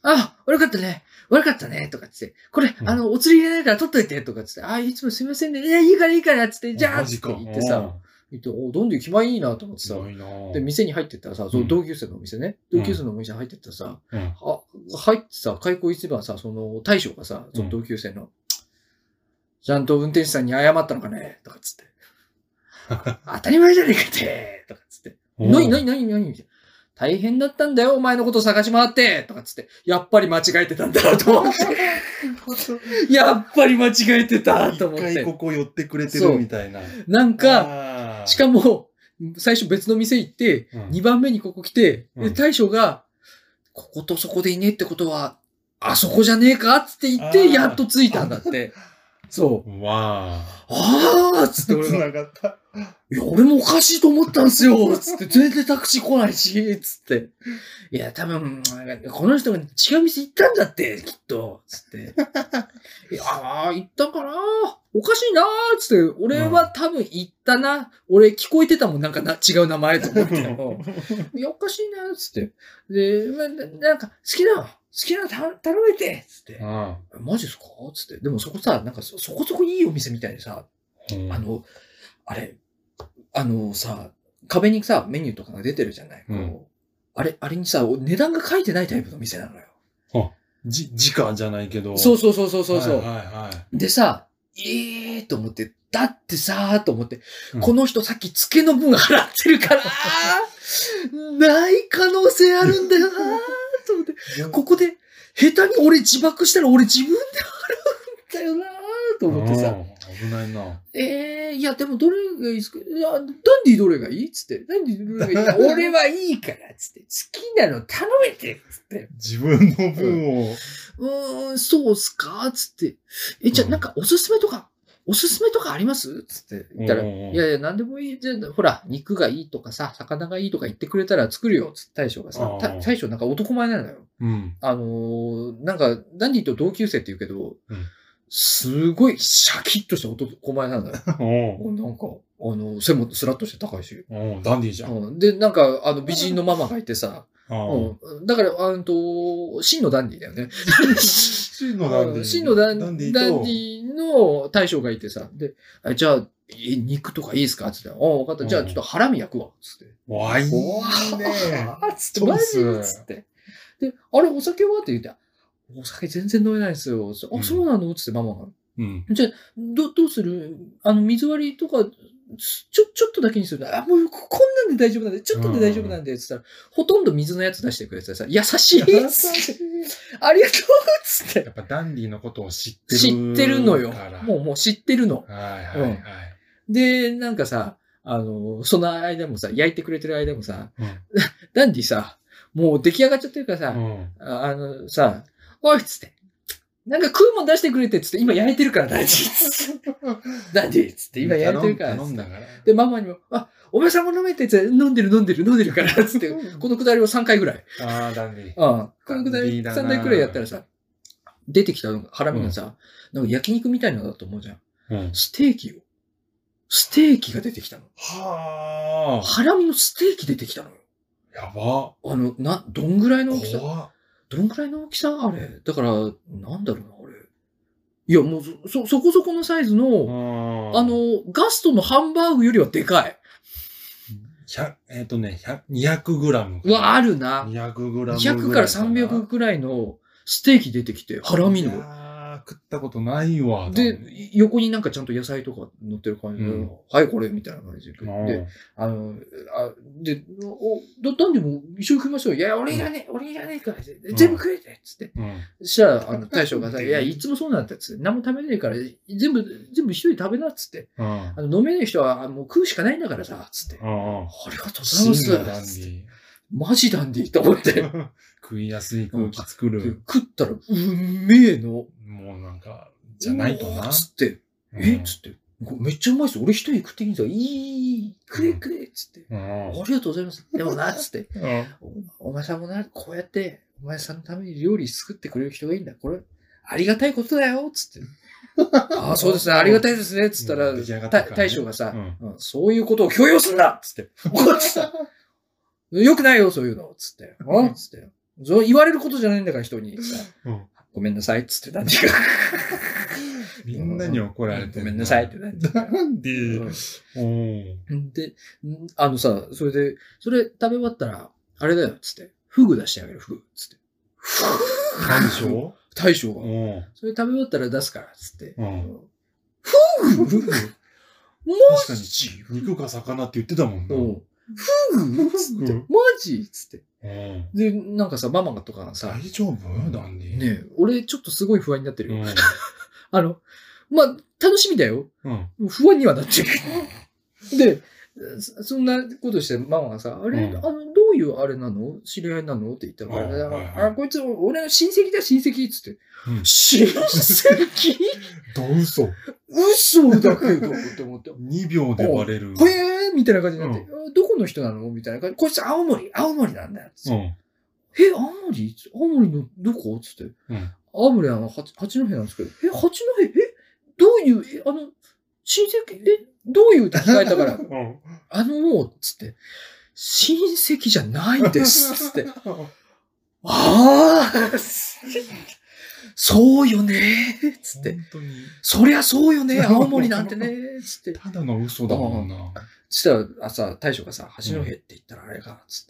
あ、悪かったね、悪かったね、とかっつって、これ、
うん
あの、お釣り入れないから取っといて、とかっつって、あ、いつもすみませんね、いや、いいからいいから、つって、じゃあ、
マ
つっ
ジ
て
か
言ってさ、、言って、お、どんどん気前いいなと思って
す
さ、
ごいなぁ
で、店に入ってったらさ、そうの
ん
同級生のお店ね、
うん
同級生のお店入ってったらさ、
うん
あ、入ってさ、開口一番さ、その大将がさ、その同級生の、ちゃんと運転手さんに謝ったのかね、とかっつって、当たり前じゃねえかって、とかっつって、
うん
(laughs) な
(laughs)
になになになにみたいな。大変だったんだよ、お前のこと探し回ってとかっつって、やっぱり間違えてたんだと
(laughs)
思って、やっぱり間違えてたと思っ
一回こ
て。
こ寄ってくれてるみたいな。
なんか、
か
しかも、最初別の店行って、
うん
2番目にここ来て、
う
で
ん
大将が、こことそこでいねえってことは、あそこじゃねえかっつって言っ
あ
て、
ー
やっと着いたん
(laughs)
だって。そう。
わ
あーっつって
ぁ。
俺が、
がった。
いや、俺もおかしいと思ったんすよつって、全然タクシー来ないし、つって。いや、多分、この人が違う店行ったんだって、きっと、つって。いやー、行ったかなおかしいなーつって、俺は多分行ったな。俺聞こえてたもん、なんかな違う名前と思って。いや、おかしいなーつって。で、まななんか、好きなの、好きなの頼頼めてつって。マジっすかつって。でもそこさ、なんかそそこそこいいお店みたいでさ、あ
あの、
の、あれ、あのさ、壁にさ、メニューとかが出てるじゃない、こう
うん
あれ、あれにさ、値段が書いてないタイプの店なのよ。
じ、時間じゃないけど。
そうそうそうそうそう。そう
はいはいはい。
でさ、ええー、と思って、だってさーと思って、
うん
この人さっき付けの分払ってる
(laughs)
から、ない可能性あるんだよなーと思って、ここで、下手に俺自爆したら俺自分で払うんだよなーと思ってさ、
うん危ないな。
ええいや、でもどれがいいですかいや、ダンディどれがいいつって。ダンディどれがいいいや
(laughs)
俺はいいからつって。好きなの頼めてつって。
自分の分を。
うーん、そうっすかつって。え、じゃあ
うん
なんかおすすめとか、おすすめとかありますつって言ったら、
うん
い
うんうん
やいや、なんでもいいじゃん。ほら、肉がいいとかさ、魚がいいとか言ってくれたら作るよ。つって大将がさ
う、ん
た大将なんか男前なのよ。
うん。
あのーなんか、ダンディと同級生って言うけど、
うん
すごいシャキッとした男前なんだよ。
おう
なんか、あの、背もスラッとして高いし。
おうダンディーじゃん。
うん、で、なんか、あの、美人のママがいてさ、
うん。
うん、だから、あのと、真のダンディだよね。
真のダンディー。
うん真のダン
ダンディーと
ダンディの大将がいてさ、で、あじゃあ、え肉とかいいですかつって、あ分かった。じゃあ、
うん
ちょっとハラミ焼くわ。つって。
わいい
おー
ね。
あつって、
チョ
マ
イス
ジつって。で、あれ、お酒はって言って、お酒全然飲めないんですよ。つって
う
あ、
ん
そうなのつってママが。
うん。
じゃあ、ど、どうするあの、水割りとか、すちょ、ちょっとだけにするあ、もう、ここんなんで大丈夫なんで、ちょっとで大丈夫なんで、つったら、ほとんど水のやつ出してくれてさ、優しいっつって、ありがとうっつって、
やっぱダンディーのことを知ってる。
知ってるのよ
から。
もう、もう知ってるの。
はいはいはい。
で、なんかさ、あの、その間もさ、焼いてくれてる間もさ、ダンディさ、もう出来上がっちゃってるからさ、
うん。
ああの、さ、おいっつって、なんか食うもん出してくれてっつって、今焼いてるから、ダンディっ
(laughs)
つって。ダンディっつって、今焼いてるからっつって。
頼んだから。
で、ママにも、あ、お前さんも飲めてって、飲んでる飲んでる飲んでるから、つって、このくだりを3回ぐらい。
ああ、ダンディー。
うん。このくだり
いいな
3回ぐらいやったらさ、出てきたハラミがさ、なんか焼肉みたいなのだと思うじゃん。
うん。
ステーキよ。ステーキが出てきたの。
はあ。
ハラミのステーキ出てきたのよ。
やば。
あの、な、どんぐらいの大きさ
怖っ
どんぐらいの大きさあれ。だから、なんだろうな、あれ。いや、もうそ、そ、そこそこのサイズ
う
の、
ん
あ、の、ガストのハンバーグよりはでかい。
100えっとね、100 200グラム。
うわ、あるな。
200グラム。
200から300ぐらいのステーキ出てきて、ハラミ
いや
の。
ー食ったことないわ。
で、横になんかちゃんと野菜とか乗ってる感じで、
うん
はい、これ、みたいな感じで。
多分
で、あの、あで、お、だ、だんでも一緒に食いましょう。いや、俺いらねえ、俺いらねえから、で全部食えて、つって。
うん。うん
そしたら、あの、大将がさ、いや、いつもそうなんだっつって。何も食べねえから、全部、全部一人で食べな、つって。
うん
あの、飲めねえ人は、あもう食うしかないんだからさ、つって。あ
うんうん。
りがとう
真
ござ
の
い
ダ
ま
ンデ
す。つって
ィ
マジダンディと思って。
ー。食いやすい空気作
で
る。
食ったら、うんめえの。
もうなんか、じゃないと
うわ
な
ー。つって、
うん
えっつって、これめっちゃうまいっす。俺一人食っていいんだ。いい、くれくれっつって。
うん
ありがとうございます。でもな、つって。
うん
おお前さんもな、こうやって、お前さんのために料理作ってくれる人がいいんだ。これ、ありがたいことだよ、つ
(laughs)
って。ああ、そうですね、ありがたいですね、つったら、
うん出来上がった
た
からね
大将がさ、
うん
うんそういうことを強要すんなつって。怒ってた。よくないよ、そういうの。つって。うんつって。そう言われることじゃないんだから、
(laughs)
人に。さ
うん
ごめんなさい、つって、なんていうか。
みんなに怒られて
ご
る
めんなさいってなって
ダンディー。うん
で、んあのさ、それで、それ食べ終わったら、あれだよ、つって。フグ出してあげる、フグ、つって。
何でしょ
大将
う
が。
うん
それ食べ終わったら出すから、つって。
うん。
フグも
確かに、肉か魚って言ってたもんな。
うフグつって。
う
マ
ん
ジつって。
うん
で、なんかさ、ママがとかがさ、
大丈夫ダンディー。
ねえ俺ちょっとすごい不安になってるよ。
う
あの、まあ、楽しみだよ。
ん。うん。
不安にはなって
(laughs)
る。で、そそんなことして、ママがさ、あれ、
うん
あの、どういうあれなの知り合いなのって言ったか
はいはいはい
ら、あ、こいつ、俺の親戚だ、親戚っつって。
うん
親戚
どう嘘
嘘だけど、って思って。
?2 秒でバレる。
ほえーみたいな感じになって、あどこの人なのみたいな感じ。こいつ、青森、青森なんだよ。つ
う
って
ん。
え、青森青森のどこつって。
うん
青森はあの八八戸なんですけど、え、八戸、え、どういう、え、あの、親戚、え、どういうって聞かれたから、
うん。
あの、つって、親
(laughs)
戚じゃないです、つって。ああそうよねーっつって
本。当に。
そりゃそうよね、青森なんてねーっつって。
ただの嘘だもんな。
そしたら、あさ、大将がさ、橋の辺って言ったらあれか、つっ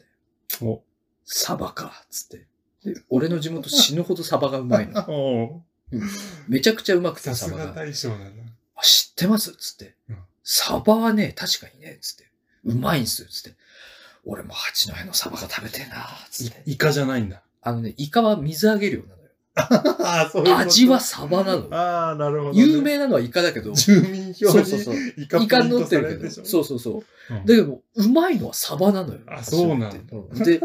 て。
お
サバか、つって。で俺の地元死ぬほどサバがうまいの。
お
めちゃくちゃうまくて
さ
サ
す
バ
が
が。
大将だな。
あ知ってますつって
うん。
サバはね、確かにね、つって。うまいんすよ、つって。俺も八戸のサバが食べてえな、つって。
イイカじゃないんだ。
あのね、イカは水揚げ量なのよ。
ああ、そういうこと
味はサバなのよ。
ああ、なるほどね。
有名なのはイカだけど、そ
住民票
うそう
に
そう。
イカ
イカ
プリン
乗
ト
って
され
るけ
で
ど、
しょ
そうそうそう。
うん
だけど、うまいのはサバなのよ。
あそうなんだ
うん
(laughs)
で、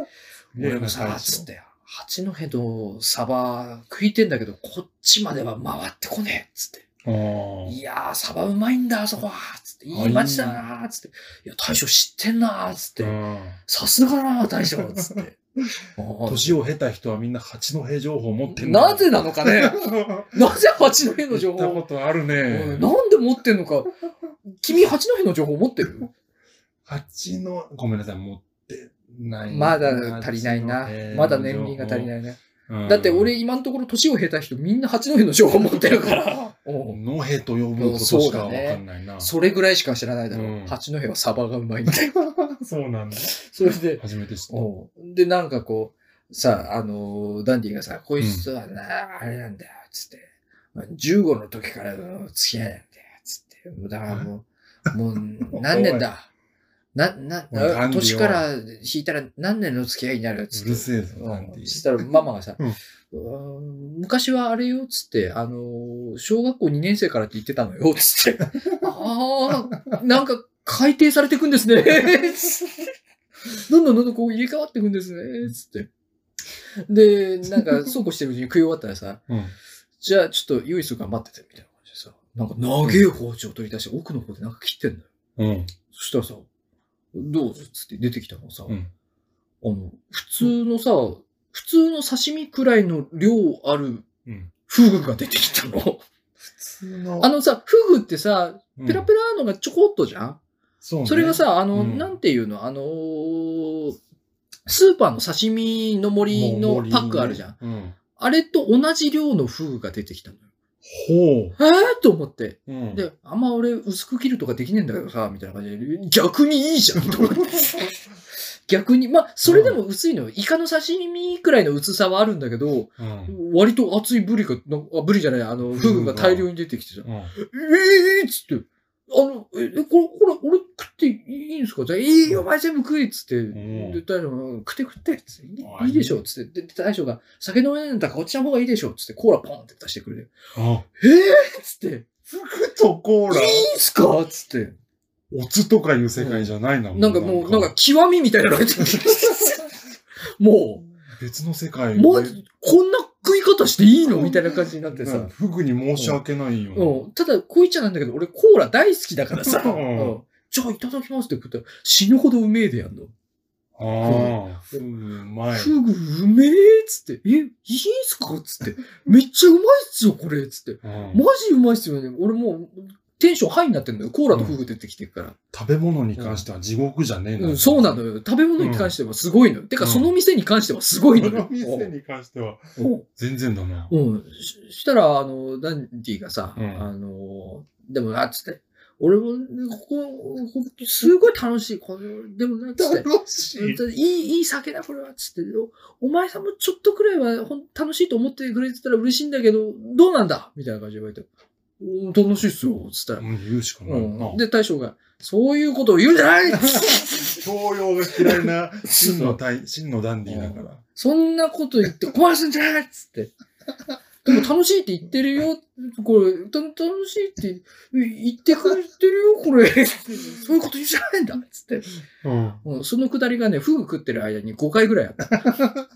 俺も
嫌な
さ、
大将
つって、八戸のサバ食いてんだけど、こっちまでは回ってこねえ、つって。
あー
いやー、サバうまいんだ、あそこは、つって。いい町だな、つって。いや、大将知ってんな、つっ
う
て。
ん
さすがだな、大将、
(laughs)
つって。
年を経た人はみんな八戸情報を持ってんだ
なぜなの
(laughs)
かねなぜ八戸の情
言った
報
ことある
うん
ね。
なんで持ってんのか。君、八戸の情報持ってる
八の、ごめんなさい、持ってない。
まだ足りないな。まだ年輪が足り
い。
ないな。
うん
だって、俺今のところ年を経た人みんな八戸の情報持ってるから。おう
野辺と呼ぶことしかわかんないな。
それぐらいしか知らないだろ。
うん
八戸はサバがうまいんだよ。
(laughs) そうなんだ。
それで、
初めて知った。
おうで、なんかこう、さ、あのー、ダンディがさ、こいつとはな、あれなんだよ、つって。15の時からの付き合いなんだよ、つって。もうだからも
(laughs)
う、もう何年だ。な、な、
おいダンディは
年から引いたら何年の付き合いになるつっ
う
て
る。せえぞ、ダンデ
そし
ィ。
たらママがさ、
うん
うん昔はあれよ、つって、あのー、小学校2年生からって言ってたのよ、つ
(laughs)
って。ああ、なんか改定されていくんですね。つってどんどんどんどんこう入れ替わっていくんですね、つって。で、なんかそうこうしてるうちに食い終わったらさ、
うん。
じゃあちょっと用意するから待ってて、みたいな感じでさ、なんか長い包丁取り出して奥の方でなんか切ってんのよ。
うん。
そしたらさ、どうぞっつって出てきたのさ、
うん
あの、普通のさ、普通の刺身くらいの量ある
うん。
フグが出てきたの。
普通の
あのさ、フグってさ、ペラ
ラ。
ペラのがちょこっとじゃん、
そうね
それが、さ、あの、
うん
なんていうの、あのースーパーの刺身の森のパックあるじゃん。
うん。
あれと同じ量のフグが出てきたのよ。
ほ
えーと思って。
う。うん。
で、あんま俺薄く切るとかできねえんだけどさ、みたいな感じで、逆にいいじゃん、と思って。
(laughs)
逆に、まあ、それでも薄いのよ。イカの刺身くらいの薄さはあるんだけど、
うん。
割と厚いブリが、なあブリじゃない、あの、フグが大量に出てきてさ、 (laughs)
うん。
ええー、っつって、あの、え、えこれ、これ、俺食っていいんですかじゃあ、いいよ、お前全部食えっつって、
ん
で、大将が、食って食ってっつって、い
あ
いいいでしょっつって、で、大将が、酒飲めないんだからこっちの方がいいでしょっつって、コーラポンって出してくれて、
あ、
ええー、っつって、いい
服とコーラ、
んすかっつって、
おつとかいう世界じゃないな。もう
なんかもう、なんか、極みみたいなのが出てきても
別の世界
う、もう、こんな食い方していいのみたいな感じになって
う
さ
ん、フグに申し訳ないよ。
うん、ただ、こう言っちゃなんだけど、俺コーラ大好きだからさ、
う
うんん、じゃあいただきますって食ったら死ぬほどうめえでやんの。
ああ、フグうまい。
フグうめえっつって、え、いいんすかっつって、めっちゃうまいっすよ、これっつって。
うん
マジうまいっすよね。俺もう、テンションハイになってんだよ。コーラとフグ出てきてるから。
食べ物に関しては地獄じゃねえ
う
な。
ん、そうなのよ。食べ物に関してはすごいのよ。てか、その店に関してはすごいの
この
よ。
店に関しては
うん
全然だな。
うん。ししたら、あの、ダンディがさ、
うん
あの、でもな、つって。俺も、ここ、ここすごい楽しい。このでもな、つって。
楽しい。
いい、いい酒だ、これは、つって。おお前さんもちょっとくらいはほん楽しいと思ってくれてたら嬉しいんだけど、どうなんだみたいな感じで言われて。うん楽しいっすよ、つったら。
うん、言うしかな
う
いな。
ん、で、大将が、そういうことを言うんじゃない
教養が嫌い
(laughs)
な真の大、真のダンディーだから。
そんなこと言って壊すんじゃないっつ
(laughs)
って。でも楽しいって言ってるよ。これ、た楽しいって言ってくれてるよ、
(laughs)
これ。そういうこと言うじゃないんだ。つって。
うん。
うん、そのくだりがね、フグ食ってる間に5回ぐらいあった。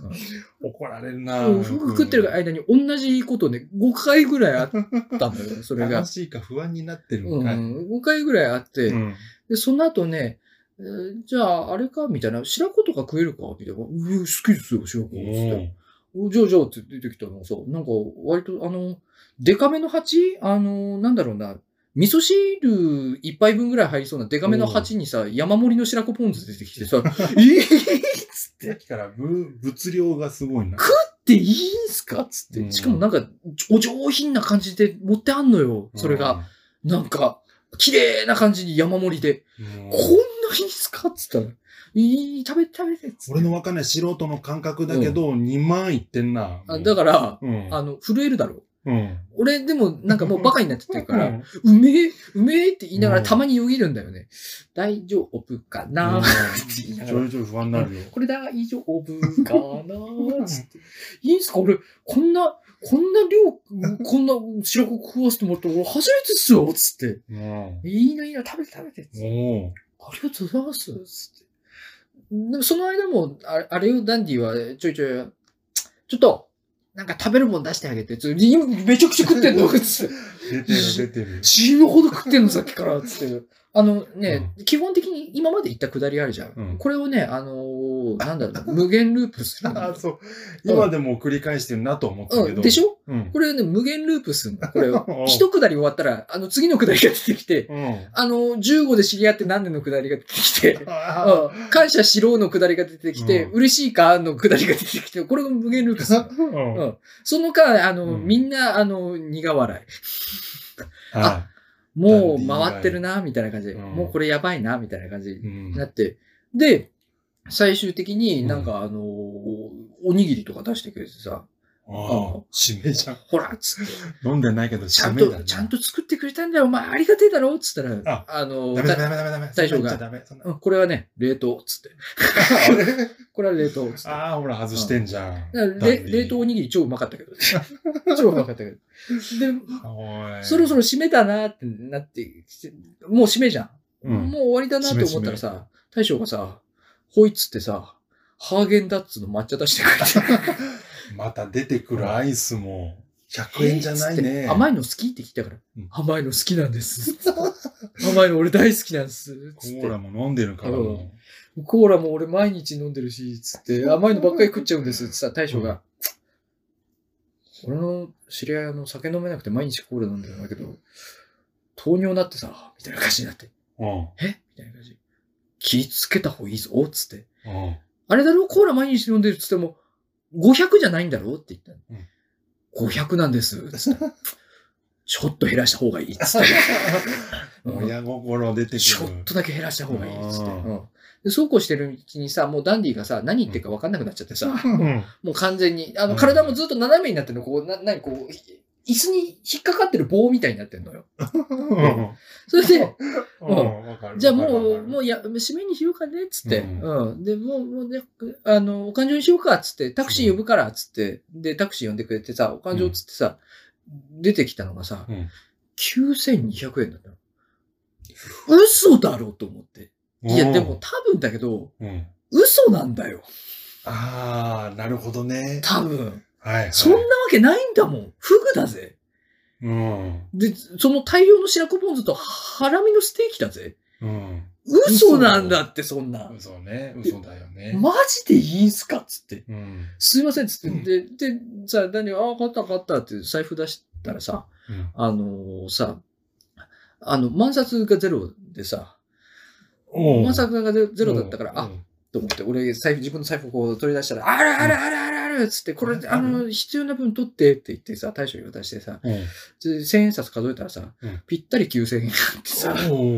怒られるな。
うんフグ食ってる間に同じことね、5回ぐらいあったのよ、それが
楽。しいか不安になってる
うん
かい。
ん、5回ぐらいあって、
うん
で、その後ね、えーじゃあ、あれかみたいな、白子とか食えるかみたいな。うん好きですよ、白
お
子。つって。
ー
おじゃあじゃあって出てきたのさ、なんか割とあの、デカめの鉢あの、なんだろうな、味噌汁一杯分ぐらい入りそうなデカめの鉢にさ、山盛りの白
(laughs)
子ポン酢出てきてさ、えぇ、っつって
さっきからぶ物量がすごいな。
食っていいんすかつっ
う
て。
ん
しかもなんか、お上品な感じで持ってあんのよ。それが、なんか、綺麗な感じに山盛りで。
うん。
こんないいんすかつったら、いい、食べて食べてっつって。
俺のわかんない素人の感覚だけど、2万いってんな。
あだから、
うん。
あの、震えるだろう。
うん。
俺、でも、なんかもうバカになっちゃってるから、
うん
うめえ、うめえって言いな
う
がら
ん
たまによぎるんだよね。大丈夫かな、
うんちょいちょい不安になるよ。
これ大丈夫かなつって。いいんすか俺、こんな、こんな量、こんな白子食わせてもらったら俺初めてっすよつって。
うん。
いいな、いいな、食べて食べてっつって。
お
ありがとうございますつって。でもその間も、あれあれよ、ダンディはちょいちょい、ちょっと、なんか食べるもん出してあげて。つって今めちゃくちゃ食ってんのつって。
ー出てる出て
(laughs)
る。
死ぬほど食ってんの、さっきから、つって。 (laughs) あのね、基本的に今まで言ったくだりあるじゃん。
うん
これをね、あのーなんだろう、無限ループするん
あ
だ
ーそう。今でも繰り返してるなと思ったけ
う
ど。
ん、でしょ
うん。
これをね、無限ループするんだ。これ (laughs) を
おう。
一くだり終わったら、あの、次のくだりが出てき (laughs) て、
うん。
あのー、15で知り合って何年のくだりが出てき (laughs) て、
あ
うん、感謝しろのくだりが出てきて、
うん
嬉しいかのくだりが出てきて、これが無限ループするんだ。
ーうん
うんその間、あのー、
うん
みんな、あのー、苦笑い。
は
もう回ってるな、みたいな感じで、
うん
もうこれやばいな、みたいな感じ
い。うん
になって、で、最終的になんかあのーおにぎりとか出してくれてさ、
ああ、しめじゃん。
ほらっつ
(laughs)
って、
飲んでないけど、
ちゃ
締
ん
めだ
と、
な
ちゃんと作ってくれたんだよ、お前ありがてえだろっつったら
あ、
あのー
ダメダメ
だ
ダメダメダメ。
大将が
そんなん言っちゃダメそんな
うんこれはね、冷凍っつって。 (laughs) これは冷凍っつって。
ああ、ほら、外してんじゃん。
だかられ冷凍おにぎり超うまかったけど、
(laughs)
超うまかったけど。で、
おい
そろそろ締めたなってなってきて、もう締めじゃん。
うん
もう終わりだなって思ったらさ、大将がさ、ほいっつってさ、ハーゲンダッツの抹茶出してくれて。
また出てくるアイスも、100円じゃない
えーっつっ
ね。
て甘い
い
の好きって聞いたから、
うん
甘いの好きなんです。 (laughs) 甘いの俺大好きなんです。
コ
つって
ーラも飲んでるから
う
も。
コーラも俺毎日飲んでるし、つって、甘いのばっかり食っちゃうんです。つったら大将が、俺の知り合いあの酒飲めなくて毎日コーラ飲んでるんだけど、糖尿なってさ、みたいな感じになって、
うん。
えみたいな感じ。気ぃつけた方がいいぞ、つって。
うん。
あれだろコーラ毎日飲んでるっつっても、500じゃないんだろうって言ったの、500な
(laughs)
んです。つってちょっと減らした方がいい。つって。うん
親心出てくる。
ちょっとだけ減らした方がいい。つって。
うん
うんでそうこうしてるうちにさ、もうダンディがさ、何言ってるか分かんなくなっちゃってさ、
うん。
もう完全に、あ
う
の、
ん
体もずっと斜めになってるの、こう、な、なにこう、ひ椅子に引っかかってる棒みたいになってるのよ。
うん。
それで、
うんわかる
じゃあも
わか
う、
る
もうや、締めにしようかね、っつって。
う
うんん。で、もう、もうね、あの、お勘定にしようか、っつって、タクシー呼ぶから、っつって、で、タクシー呼んでくれてさ、お勘定っつってさ、出てきたのがさ、
うん
9200円だったの。嘘だろうと思って。いや、でも、多分だけど、
うん。
嘘なんだよ。
ああ、なるほどね。
多分。
はいはい。
そんなわけないんだもん。フグだぜ。
うん。
で、その大量の白子ポン酢とハラミのステーキだぜ。
うん。
嘘なんだって、そんな。
嘘ね。嘘だよね。
マジでいいんすかっつって。
うん。
すいませんっつって、で、で、さ、何、ああ、買った買ったって財布出したらさ、
うん
あのーさ、あの、満札がゼロでさ、
おう
満札がゼロだったから、
う
あ、
ん
と思って、俺、財布、自分の財布をこう取り出したら、あれあれあれあれあれっつって、これ、あの、必要な分取ってって言ってさ、大将に渡してさ、
うん。
で千円札数えたらさ
うん、
ぴったり9000円があってさ、
おうお
お
う
お
お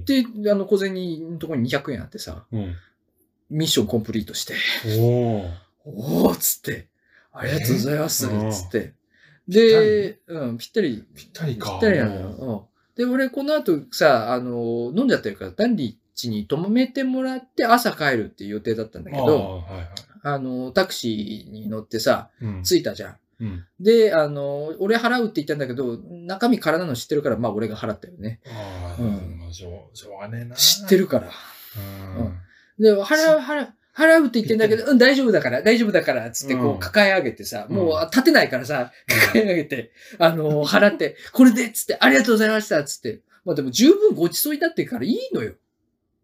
う
で、あの、小銭のところに200円あってさ、
うん。
ミッションコンプリートして、
おー
おーっつって、ありがとうございます、
えー
つって。で、うん、ぴったり、ぴ
ぴったりか。
ったりなのよ。うん。で、俺、この後さ、あの、飲んじゃってるから、ダンディ家に泊めてもらって、朝帰るっていう予定だったんだけど、
あーはいはい
あの、タクシーに乗ってさ、
うん
着いたじゃん。
うん
で、あの、俺払うって言ったんだけど、中身空なの知ってるから、まあ俺が払ったよね。
ああ、
うん
まあしょう、しょうがねえな。
知って
る。
るから。
うん。
うんで、払う、払う、払うって言ってんだけど、うん、大丈夫だから、大丈夫だから、つってこ
うん
う抱え上げてさ、
うん
もう立てないからさ、抱え上げて、あのー、払って、これで、つって、ありがとうございました、つって。まあでも十分ごちそうになってるからいいのよ。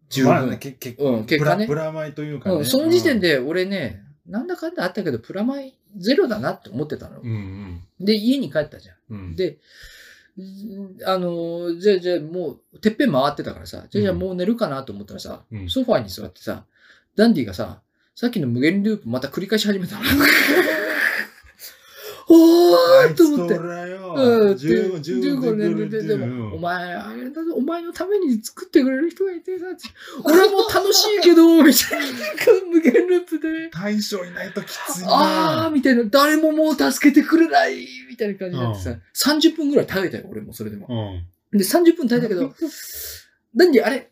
十
まあね、
分。
け、け、
うん、結
ブ
果
ラ、
ね
ブ。ラマイというか
う
ね。
ん、その時点で俺ね、なんだかんだあったけど、プラマイゼロだなって思ってたの
う。ん。
で、家に帰ったじゃん。
うんうん。
で、んあのー、じゃあじゃあもう、てっぺん回ってたからさ、じゃあじゃあもう寝るかなと思ったらさ、
うん
ソファーに座ってさ、ダンディがさ、さっきの無限ループまた繰り返し始め (laughs) た。お
あ
ー
い
と思
つ
って
と。らよ。
うん、
15
15
15
年で、で
で
も、
も、
お前、あれだぞ、お前のために作ってくれる人がいてさ、俺も楽しいけど、みたいな、無限ループで、
大将いないときつい
あ
な。
ー、みたいな、誰ももう助けてくれない、みたいな感じになって
う
さ、30分ぐらい耐えたよ、俺も、それでも。
うん。
で、30分耐えたけど、なんで、あれ、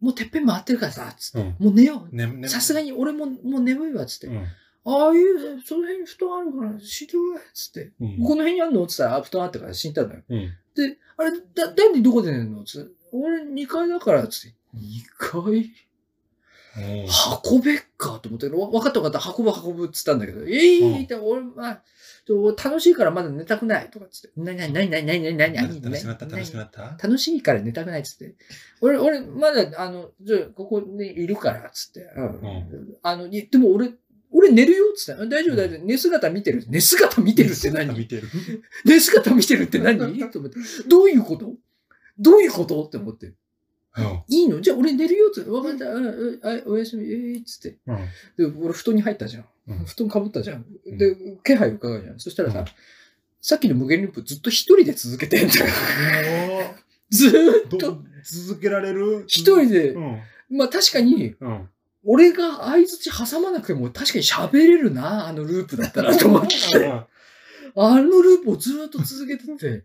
もうてっぺん回ってるからさ、つって、
うん
もう寝よ
ね、ね
う。さすがに俺も、もう眠いわ、つって。
うん。
ああいう、その辺に布団あるから、死んでくれ、つって。
う
この
ん。
辺にあるのって言ったら、あ布団あったから死んだのよ。
うん。
で、あれ、だ、ダンディどこで寝るのつって俺2階だから、つって。2
うん
階運べっかと思って、わ分かった分かった、運ぶ運ぶっつったんだけど、ええ
うん
って、俺、まあ、ちょ楽しいからまだ寝たくないとかっつって、なになになになになになになに
楽しくなった、楽しくなった。
楽しいから寝たくないっつって。俺、俺、まだ、あの、じゃあここにいるから、つって。うん。あの、いでも俺、俺寝るよっつって。うん大丈夫、大丈夫。寝姿見てる。寝姿見てるって
(laughs)
何
見てる。
寝姿見てるって何 (laughs) と思って。どういうことどういうことって思って。
うん
いいのじゃあ俺寝るよって。わかった。うんうんはいおやすみ。えー、っつって。
うん。
で、俺布団に入ったじゃん。
うん
布団かぶったじゃん。
ん
で、気配を伺うじゃん。そしたらさ、
うん
さっきの無限ループずっと一人で続けてんだよ。 (laughs) ずーっと。
ど続けられる
一人で、
うん。
まあ確かに、
うん。
俺が相槌挟まなくても確かに喋れるな、あのループだった (laughs) らと思って。
(laughs)
あのループをずーっと続けてて、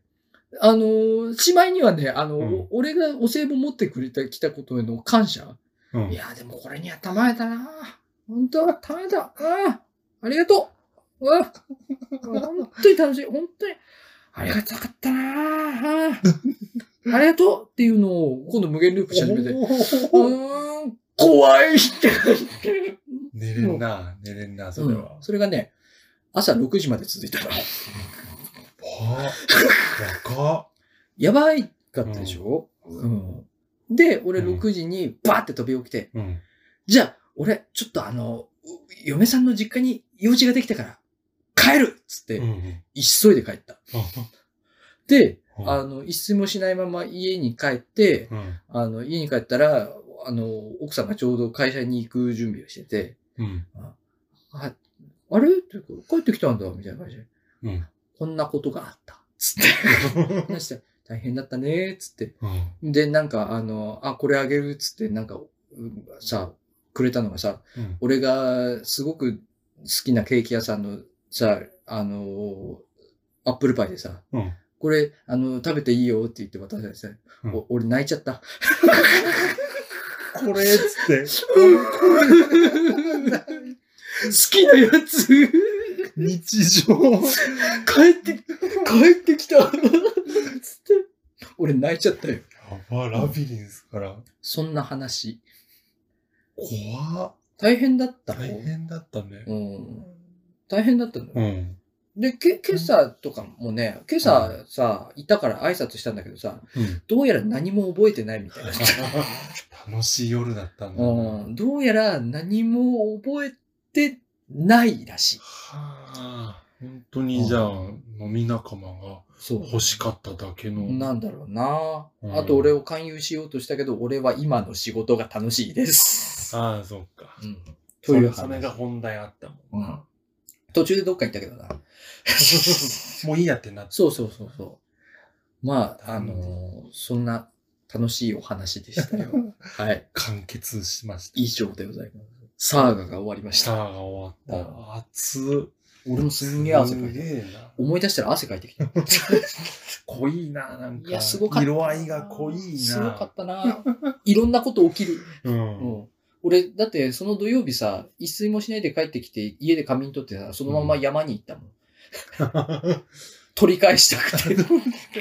あのー、しまいにはね、あの、
うん
俺がお歳暮持ってくれてきたことへの感謝。
うん
いやー、でもこれにはたまえたな本当はたまえた。うん。ありがとう。うん。本当に楽しい。本当に。ありがたかったなうん。ありがとうっていうのを、今度無限ループし始めて。う
おー
ーん、怖いって感じ。
寝れんな、寝れんな、それは
うん。それがね、朝6時まで続いたの。
はあ、若っ。
やばいかったでしょ、うんで、俺
うん
6時にバーって飛び起きて、
うん。
じゃあ、俺、ちょっとあの、う嫁さんの実家に用事ができたから、帰るっつっ
う
て、
ん
急いで帰った。で、
うん
あの、一睡もしないまま家に帰って、
うん。
あの、家に帰ったら、あの、奥さんがちょうど会社に行く準備をしてて、
うん。
ああれっていうか帰ってきたんだ、みたいな感じで。
うん
こんなことがあった。つって。話して、大変だったね、つって。
うん。
で、なんか、あの、あ、これあげるっつって、なんか、うんさ、くれたのがさ、
うん
俺がすごく好きなケーキ屋さんのさ、あの、アップルパイでさ、
うん
これ、あの、食べていいよって言って渡されてさ、
うん
お俺泣いちゃった。
これっつって、
好きなやつ
日常。
帰って、帰ってきたつって、俺泣いちゃったよ。
やば、ラビリンスから。
そんな話。
怖っ。
大変だったの
大変だったね。
うん。大変だったのよ。
うん。
で、け、今朝とかもね、今朝さ、いたから挨拶したんだけどさ、
うん
どうやら何も覚えてない
(laughs)
みたいな。
楽しい夜だったんだな。は
うん、どうやら何も覚えてないらしい。
あ。本当にじゃあ、飲み仲間が
そう。
欲しかっただけの。
なんだろうな、
うん
あと俺を勧誘しようとしたけど、俺は今の仕事が楽しいで
(laughs)
す。
ああ、そっか。
うん。という
そ
話
れそれが本題あ
(laughs)
ったもん。
うん。途中でどっか行ったけどな。
もういいやってなって。
そうそうそうそう。まあ、あのーそんな楽しいお話でしたよ。はい。
完結しました。
以上でございます。サーガが終わりまし
下
た。
が終わっ
う
た。熱
俺もすんげえ汗かい
す
た。
げえな。
思い出したら汗かいてきた。
濃いな、なんか。
いや、すごかった。
色合いが濃いな。
すごかったな。 (laughs) いろんなこと起きる。
う。
うんん俺、だってその土曜日さ、一睡もしないで帰ってきて、家で仮眠取ってさ、そのまま山に行ったもん。取り返したくて。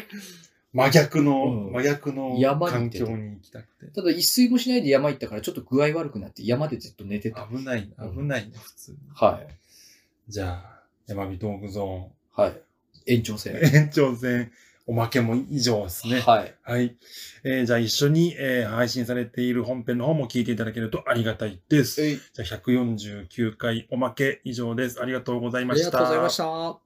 (laughs)
真逆の、
うん
真逆の
山
環
に行ってた
境に行きたくて。
ただ一睡もしないで山行ったから、ちょっと具合悪くなって山でずっと寝てた。
危ない、危ないね、普通に。
はい。
じゃあ、山火トークゾ
はい。延長
ー
戦。
ン、延長戦、おまけも以上ですね。
はい。
はい。えーじゃあ一緒に、えー配信されている本編の方も聞いていただけるとありがたいです。
えい
じゃあ149回おまけ以上です。ありがとうござい
あ
ま
り
した。
がとうございました。